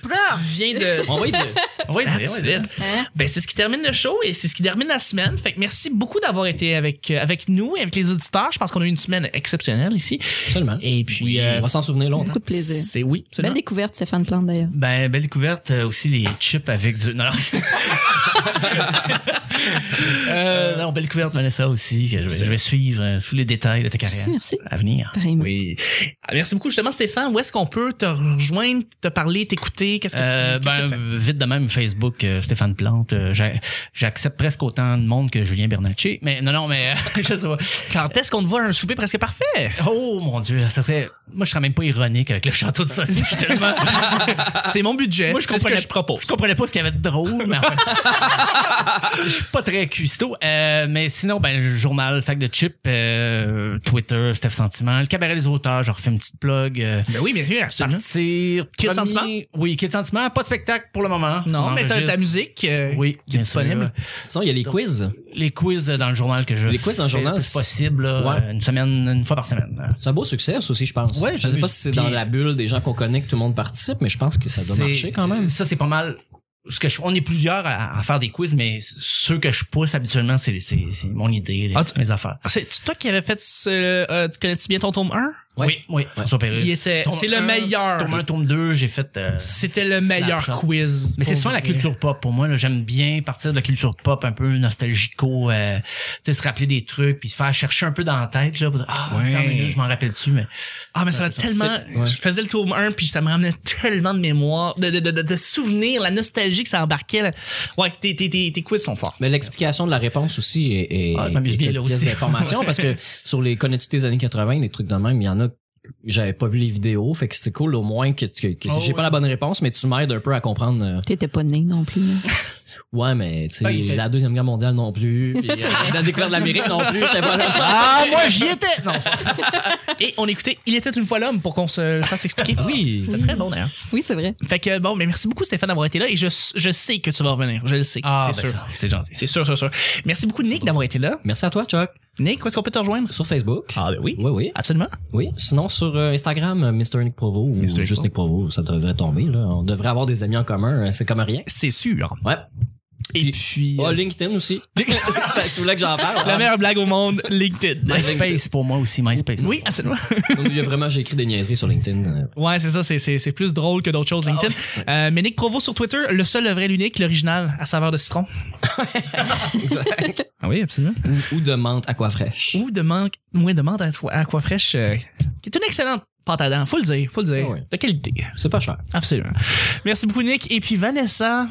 Speaker 1: Tu viens de.
Speaker 3: on va y dire.
Speaker 2: On va y dire, on va y dire.
Speaker 4: Hein?
Speaker 1: Ben, c'est ce qui termine le show et c'est ce qui termine la semaine. Fait que merci beaucoup d'avoir été avec, euh, avec nous et avec les auditeurs. Je pense qu'on a eu une semaine exceptionnelle ici.
Speaker 3: Absolument.
Speaker 1: Et puis, euh,
Speaker 3: on va s'en souvenir longtemps.
Speaker 4: Beaucoup de plaisir.
Speaker 1: C'est oui,
Speaker 4: Belle
Speaker 1: absolument.
Speaker 4: découverte, Stéphane Plante, d'ailleurs.
Speaker 2: Ben, belle découverte. euh, aussi, les chips avec du... Non, non. Euh, non, belle découverte, Vanessa, aussi. que je, vais, je vais suivre euh, tous les détails de ta carrière
Speaker 4: Merci, merci.
Speaker 2: à venir.
Speaker 4: Vraiment.
Speaker 1: Oui. Ah, Merci beaucoup. Justement, Stéphane, où est-ce qu'on peut te rejoindre, te parler, t'écouter? Qu'est-ce que tu,
Speaker 2: Euh,
Speaker 1: qu'est-ce que tu fais?
Speaker 2: ben, vite de même, Facebook, euh, Stéphane Plante. euh, j'a- J'accepte presque autant de monde que Julien Bernatchez. Mais non, non, mais euh, je sais pas.
Speaker 1: Quand est-ce qu'on te voit à un souper presque parfait?
Speaker 2: Oh mon Dieu, ça serait. Moi, je serais même pas ironique avec le château de saucisses. Je suis tellement-
Speaker 1: C'est mon budget.
Speaker 2: Moi, je
Speaker 1: c'est ce
Speaker 2: comprenais-
Speaker 1: que je propose.
Speaker 2: Je comprenais pas ce qu'il y avait de drôle, mais enfin, je suis pas très cuistot. Euh, mais sinon, ben, le journal, sac de chips, euh, Twitter, Steph Sentiment, le cabaret des auteurs, je refais une petite plug. euh,
Speaker 1: Ben oui, bien sûr, absolument.
Speaker 2: partir.
Speaker 1: Kid
Speaker 2: premier-
Speaker 1: Sentiment?
Speaker 2: Oui, Kid Sentiment. Pas de spectacle pour le moment.
Speaker 1: Non,
Speaker 2: On
Speaker 1: mais t'as
Speaker 2: enregistre.
Speaker 1: ta musique. euh,
Speaker 2: Oui,
Speaker 1: qui est
Speaker 2: bien sûr.
Speaker 1: disponible.
Speaker 3: Sinon, il y a les quiz.
Speaker 2: Les quiz dans le journal que je.
Speaker 3: Les quiz dans le
Speaker 2: fais
Speaker 3: journal,
Speaker 2: le plus
Speaker 3: c'est-
Speaker 2: possible, là,
Speaker 3: Ouais.
Speaker 2: euh, une semaine, une fois par semaine.
Speaker 3: C'est un beau succès, ça aussi, je pense.
Speaker 2: Ouais,
Speaker 3: je sais pas
Speaker 2: j'amuse.
Speaker 3: si c'est dans
Speaker 2: Puis-
Speaker 3: la bulle des gens qu'on connaît que tout le monde participe, mais je pense que ça doit
Speaker 2: C'est-
Speaker 3: marcher quand même.
Speaker 2: Ça, c'est pas mal. Ce que je, on est plusieurs à, à faire des quiz, mais ceux que je pousse habituellement, c'est, c'est, c'est mon idée, les-
Speaker 1: Ah, tu-
Speaker 2: mes affaires.
Speaker 1: Ah, C'est toi qui avais fait ce. euh, tu euh, connais-tu bien ton tome 1?
Speaker 2: Oui, oui, François Pérus.
Speaker 1: Il était-
Speaker 2: Tome
Speaker 1: c'est le
Speaker 2: un,
Speaker 1: meilleur.
Speaker 2: Tome 1, tome 2, j'ai fait. euh,
Speaker 1: C'était le
Speaker 2: Snapchat.
Speaker 1: meilleur quiz.
Speaker 2: Mais c'est
Speaker 1: pour
Speaker 2: souvent la
Speaker 1: vrai.
Speaker 2: culture pop pour moi. là. J'aime bien partir de la culture pop un peu nostalgico, euh, tu sais, se rappeler des trucs, puis se faire chercher un peu dans la tête. Là, pour dire, ah,
Speaker 1: Ouais.
Speaker 2: attends une minute, je m'en rappelle-tu, mais
Speaker 1: Ah, mais ça m'a tellement.
Speaker 3: ouais.
Speaker 1: Je faisais le tome 1 puis ça me ramenait tellement de mémoire, de, de, de, de- de souvenirs, la nostalgie que ça embarquait. là. Ouais, tes, tes, tes, tes quiz sont forts.
Speaker 3: Mais l'explication de la réponse aussi est, est,
Speaker 2: Ah, je m'amuse
Speaker 3: est
Speaker 2: bien
Speaker 3: une
Speaker 2: là
Speaker 3: pièce
Speaker 2: aussi.
Speaker 3: d'information
Speaker 2: Ouais.
Speaker 3: parce que sur les connais-tu des années 80, des trucs de même, il y en a que j'avais pas vu les vidéos, fait que c'était cool au moins que, que- que
Speaker 1: Oh,
Speaker 3: j'ai
Speaker 1: ouais.
Speaker 3: pas la bonne réponse, mais tu m'aides un peu à comprendre. euh,
Speaker 4: T'étais pas né non plus. là.
Speaker 3: ouais, mais tu sais,
Speaker 2: Ah, il fait-
Speaker 3: la deuxième guerre mondiale non plus, puis, euh, la découverte de l'Amérique non plus, j'étais pas là.
Speaker 1: Ah, moi j'y étais! Non. Et on écoutait Il était une fois l'homme pour qu'on se le fasse expliquer. Oui, c'est
Speaker 4: Oui.
Speaker 1: très bon d'ailleurs.
Speaker 4: Oui, c'est vrai.
Speaker 1: Fait que bon, mais merci beaucoup Stéphane d'avoir été Ah, là et je, je sais que tu vas revenir. Je le sais. Ah, ben c'est sûr.
Speaker 2: c'est gentil.
Speaker 1: C'est sûr, sûr, sûr. Merci beaucoup Nick d'avoir été là.
Speaker 3: Merci à toi, Chuck.
Speaker 1: Nick, où est-ce qu'on peut te rejoindre?
Speaker 3: Sur Facebook.
Speaker 1: Ah, ben oui.
Speaker 3: Oui, oui,
Speaker 1: Absolument.
Speaker 3: oui. Sinon, sur euh, Instagram, euh, Mr. Nick Provo ou
Speaker 1: Mr. Nick
Speaker 3: juste Nick Provo, ça devrait tomber. Là. On devrait avoir des amis en commun, euh, c'est comme rien.
Speaker 1: C'est sûr.
Speaker 3: Ouais.
Speaker 1: Et puis.
Speaker 3: Oh,
Speaker 1: euh,
Speaker 3: LinkedIn aussi. tu voulais que j'en parle?
Speaker 1: la meilleure blague au monde, LinkedIn.
Speaker 2: MySpace pour moi aussi, MySpace.
Speaker 1: Oui, absolument.
Speaker 3: Il y a vraiment, j'ai écrit des niaiseries sur LinkedIn. euh,
Speaker 1: Ouais, c'est ça, c'est- c'est c'est plus drôle que d'autres choses, LinkedIn. Euh, mais Nick Provo sur Twitter, le seul, le vrai, l'unique, l'original, à saveur de citron. ah oui, absolument.
Speaker 3: ou, ou de menthe aquafraîche.
Speaker 1: Ou de manque, moins de menthe à, toi- à quoi fraîche, euh, qui est une excellente pâte à dents, faut le dire, faut le dire.
Speaker 3: Ah ouais.
Speaker 1: De qualité,
Speaker 3: C'est pas cher.
Speaker 1: absolument. Merci beaucoup, Nick. Et puis Vanessa,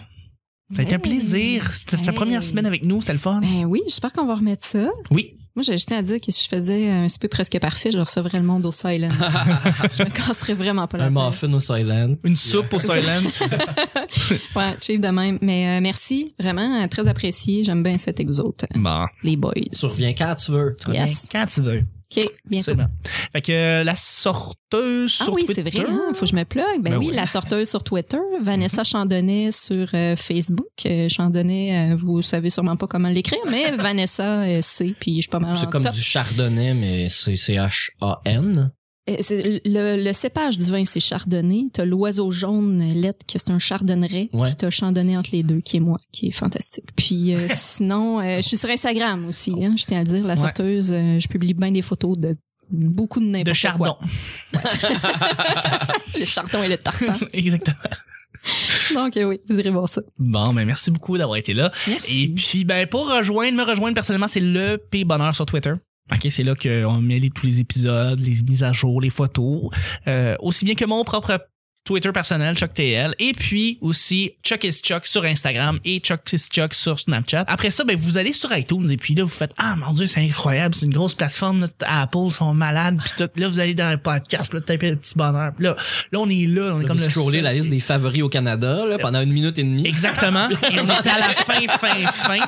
Speaker 1: ça a été un
Speaker 4: Hey.
Speaker 1: plaisir. C'était ta
Speaker 4: Hey.
Speaker 1: première semaine avec nous, c'était le fun.
Speaker 4: Ben oui, j'espère qu'on va remettre ça.
Speaker 1: Oui.
Speaker 4: Moi, j'ai juste à dire que si je faisais un souper presque parfait, je recevrais le monde au Silent. je me casserais vraiment pas la
Speaker 3: Un
Speaker 4: tête.
Speaker 3: muffin au Soylent.
Speaker 1: Une soupe pour Silent.
Speaker 4: Ouais, chief de même. Mais euh, merci, vraiment, euh, très apprécié. J'aime bien cet exote,
Speaker 1: bon.
Speaker 4: les boys.
Speaker 3: Tu reviens quand tu veux.
Speaker 4: Yes.
Speaker 1: Quand tu veux.
Speaker 4: OK, bientôt.
Speaker 1: Absolument. Fait que euh, la sorteuse
Speaker 4: Ah
Speaker 1: sur
Speaker 4: oui, c'est
Speaker 1: Twitter.
Speaker 4: vrai, hein, faut que je me plug. Ben,
Speaker 1: Ben
Speaker 4: oui,
Speaker 1: oui.
Speaker 4: la sorteuse sur Twitter, Vanessa Chandonnet sur euh, Facebook. Euh, Chandonnet, euh, vous savez sûrement pas comment l'écrire, mais Vanessa, euh, c'est, puis je suis pas mal
Speaker 1: Ah,
Speaker 3: C'est
Speaker 4: en
Speaker 3: comme
Speaker 4: top.
Speaker 3: du chardonnay, mais c'est c'est H-A-N.
Speaker 4: Euh, c'est Le, le cépage du vin, c'est Chardonnay. T'as l'oiseau jaune, euh, lettre, que c'est un chardonneret.
Speaker 3: Ouais.
Speaker 4: Puis t'as Chandonnet entre les deux, qui est moi, qui est fantastique. Puis euh, sinon, euh, je suis sur Instagram aussi, hein, je tiens à le dire, la
Speaker 1: Ouais.
Speaker 4: sorteuse. euh, je publie bien des photos de beaucoup de n'importe
Speaker 1: De
Speaker 4: quoi.
Speaker 1: Chardon.
Speaker 4: Le chardon et le tartan.
Speaker 1: Exactement.
Speaker 4: Donc euh, oui, vous irez voir ça.
Speaker 1: Bon, ben merci beaucoup d'avoir été là.
Speaker 4: Merci.
Speaker 1: Et puis, ben pour rejoindre, me rejoindre personnellement, c'est le P Bonheur sur Twitter. OK, c'est là qu'on met les- tous les épisodes, les mises à jour, les photos. Euh, aussi bien que mon propre Twitter personnel, Chuck TL. Et puis aussi Chuck is Chuck sur Instagram et Chuck is Chuck sur Snapchat. Après ça, ben vous allez sur iTunes et puis là, vous faites Ah mon Dieu, c'est incroyable, c'est une grosse plateforme, là, Apple sont malades, puis tout. Là, vous allez dans le podcast, là, tapez le petit bonheur. Puis Là, là, on est là, on est
Speaker 3: Comme
Speaker 1: comme
Speaker 3: de
Speaker 1: le
Speaker 3: scroller
Speaker 1: seul-
Speaker 3: la liste des favoris au Canada là, pendant une minute et demie.
Speaker 1: Exactement. Et on était à la fin, fin, fin.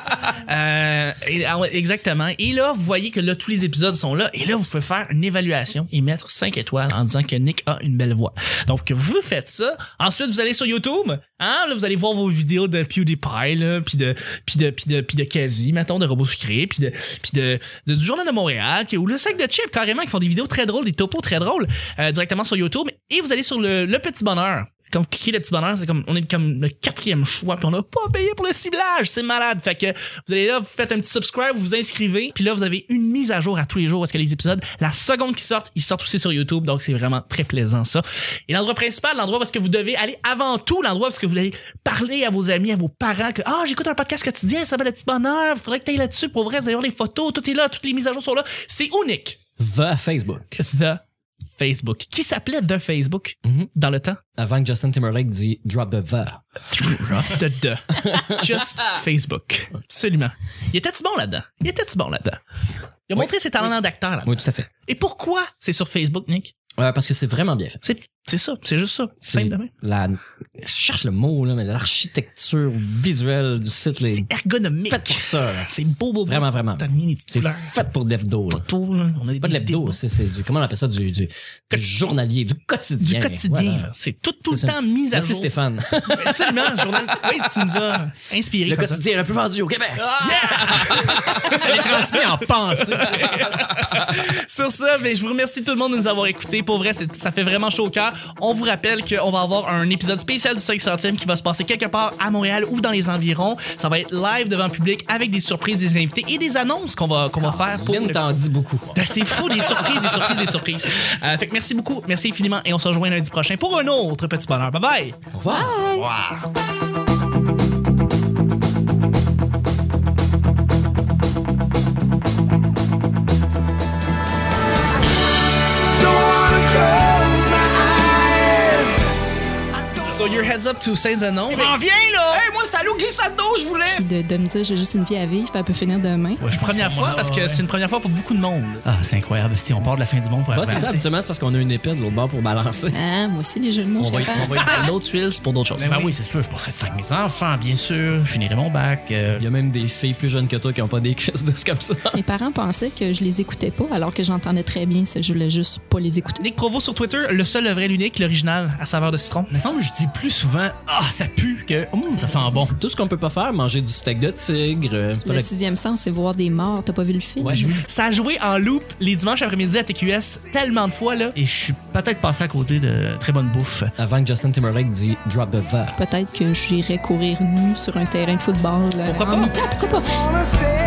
Speaker 1: Euh, et- ah ouais, exactement. Et là, vous voyez que là, tous les épisodes sont là. Et là, vous pouvez faire une évaluation et mettre 5 étoiles en disant que Nick a une belle voix. Donc, vous faites ça. Ensuite, vous allez sur YouTube. Hein? Là, vous allez voir vos vidéos de PewDiePie, là, puis de, puis de, puis de, puis de Kazi, mettons, de Robots Sucrés, puis de, puis de, de- du Journal de Montréal, qui, ou le sac de chips, carrément, qui font des vidéos très drôles, des topos très drôles, euh, directement sur YouTube. Et vous allez sur le, le petit bonheur quand vous cliquez le petit bonheur, c'est comme on est comme le quatrième choix, puis on n'a pas payé pour le ciblage, c'est malade. Fait que vous allez là, vous faites un petit subscribe, vous vous inscrivez, puis là vous avez une mise à jour à tous les jours parce que les épisodes, la seconde qui sortent, ils sortent aussi sur YouTube, donc c'est vraiment très plaisant ça. Et l'endroit principal, l'endroit parce que vous devez aller avant tout, l'endroit parce que vous allez parler à vos amis, à vos parents que ah j'écoute un podcast quotidien, ça s'appelle le petit bonheur, faudrait que t'ailles là-dessus pour vrai, vous allez voir les photos, tout est là, toutes les mises à jour sont là, c'est unique.
Speaker 3: The Facebook.
Speaker 1: The Facebook, qui s'appelait The Facebook
Speaker 3: Mhm.
Speaker 1: dans le temps.
Speaker 3: Avant que Justin Timberlake dit drop the the.
Speaker 1: de de. Just Facebook. Absolument. Il était-tu bon là-dedans? Il était-tu bon là-dedans? Il a montré ses talents d'acteur là
Speaker 3: Oui, tout à fait.
Speaker 1: Et pourquoi c'est sur Facebook, Nick?
Speaker 3: Ouais, parce que c'est vraiment bien fait.
Speaker 1: C'est c'est ça, c'est juste ça.
Speaker 3: C'est
Speaker 1: Simple de même.
Speaker 3: la. Je cherche le mot, là, mais l'architecture visuelle du site, là,
Speaker 1: C'est
Speaker 3: est
Speaker 1: ergonomique.
Speaker 3: faite pour ça. là.
Speaker 1: C'est beau, beau, beau.
Speaker 3: Vraiment, vraiment.
Speaker 1: T'as mis des petites
Speaker 3: C'est
Speaker 1: couleurs.
Speaker 3: fait pour de l'hebdo. là.
Speaker 1: Tout, là. On a des,
Speaker 3: Pas de
Speaker 1: des-
Speaker 3: l'hebdo, c'est c'est du. Comment on appelle ça? Du, du, du journalier, du
Speaker 1: du
Speaker 3: quotidien.
Speaker 1: quotidien.
Speaker 3: Voilà.
Speaker 1: là. C'est tout, tout le
Speaker 3: C'est ça.
Speaker 1: temps mis à
Speaker 3: Merci
Speaker 1: jour.
Speaker 3: Stéphane.
Speaker 1: Absolument. Journal... Oui, tu nous as inspiré.
Speaker 3: Le
Speaker 1: comme ça.
Speaker 3: quotidien le plus vendu au Québec.
Speaker 2: Elle est transmise en pensée.
Speaker 1: Sur ça, ben, je vous remercie tout le monde de nous avoir écoutés. Pour vrai, c'est- ça fait vraiment chaud au cœur. On vous rappelle qu'on va avoir un épisode spécial du 5 centième qui va se passer quelque part à Montréal ou dans les environs. Ça va être live devant le public avec des surprises des invités et des annonces qu'on va, qu'on va faire pour.
Speaker 3: Ah, Lynn
Speaker 1: le-
Speaker 3: t'en dit beaucoup.
Speaker 1: Ben, C'est fou, des surprises, des surprises, des surprises. Euh, fait que merci beaucoup, merci infiniment et on se rejoint lundi prochain pour un autre petit bonheur. Bye bye!
Speaker 3: Au revoir.
Speaker 1: So your heads up to Saints and Non.
Speaker 2: M'en viens, là!
Speaker 3: moi, c'est à l'eau glissade d'eau, je voulais!
Speaker 4: Puis de, de me dire, j'ai juste une vie à vivre, puis elle peut finir demain.
Speaker 2: Ouais, je pense
Speaker 1: Première
Speaker 2: qu'on
Speaker 1: fois
Speaker 2: va-
Speaker 1: parce que c'est une première fois pour beaucoup de monde.
Speaker 2: Ah, c'est incroyable. Si on part de la fin du monde pour
Speaker 3: Bah,
Speaker 2: arriver
Speaker 3: c'est
Speaker 2: à-
Speaker 3: ça, habituellement, c'est parce qu'on a une épée de l'autre bord pour balancer.
Speaker 4: Ah, moi aussi, les jeux de mots,
Speaker 3: On
Speaker 4: je
Speaker 3: va,
Speaker 4: les
Speaker 3: y-
Speaker 4: perds.
Speaker 3: on va y prendre d'autres tuiles pour d'autres choses.
Speaker 2: Ben oui, c'est sûr. Je passerai du temps avec mes enfants, bien sûr. Je finirai mon bac. euh,
Speaker 3: Il y a même des filles plus jeunes que toi qui ont pas des cuisses douces comme ça.
Speaker 4: Mes parents pensaient que je les écoutais pas, alors que j'entendais très bien, c'est- je voulais juste pas les écouter.
Speaker 1: Nick Provo sur Twitter, le seul, le vrai, l'unique, l'original à saveur de citron.
Speaker 2: Il me semble que je dis plus souvent Ah, ça pue que Hum, ça sent bon.
Speaker 3: Tout ce qu'on peut pas faire, manger du steak de tigre, euh, c'est pas
Speaker 4: Le
Speaker 3: la-
Speaker 4: sixième sens, c'est voir des morts. T'as pas vu le film?
Speaker 3: Ouais, je-
Speaker 1: Ça a joué en loop les dimanches après-midi à TQS tellement de fois là.
Speaker 2: Et je suis peut-être passé à côté de très bonne bouffe.
Speaker 3: Avant que Justin Timberlake dit drop the verre.
Speaker 4: Peut-être que j'irais courir nu sur un terrain de football. là,
Speaker 1: Pourquoi
Speaker 4: en
Speaker 1: pas?
Speaker 4: mi-temps, pourquoi pas?
Speaker 5: wanna stay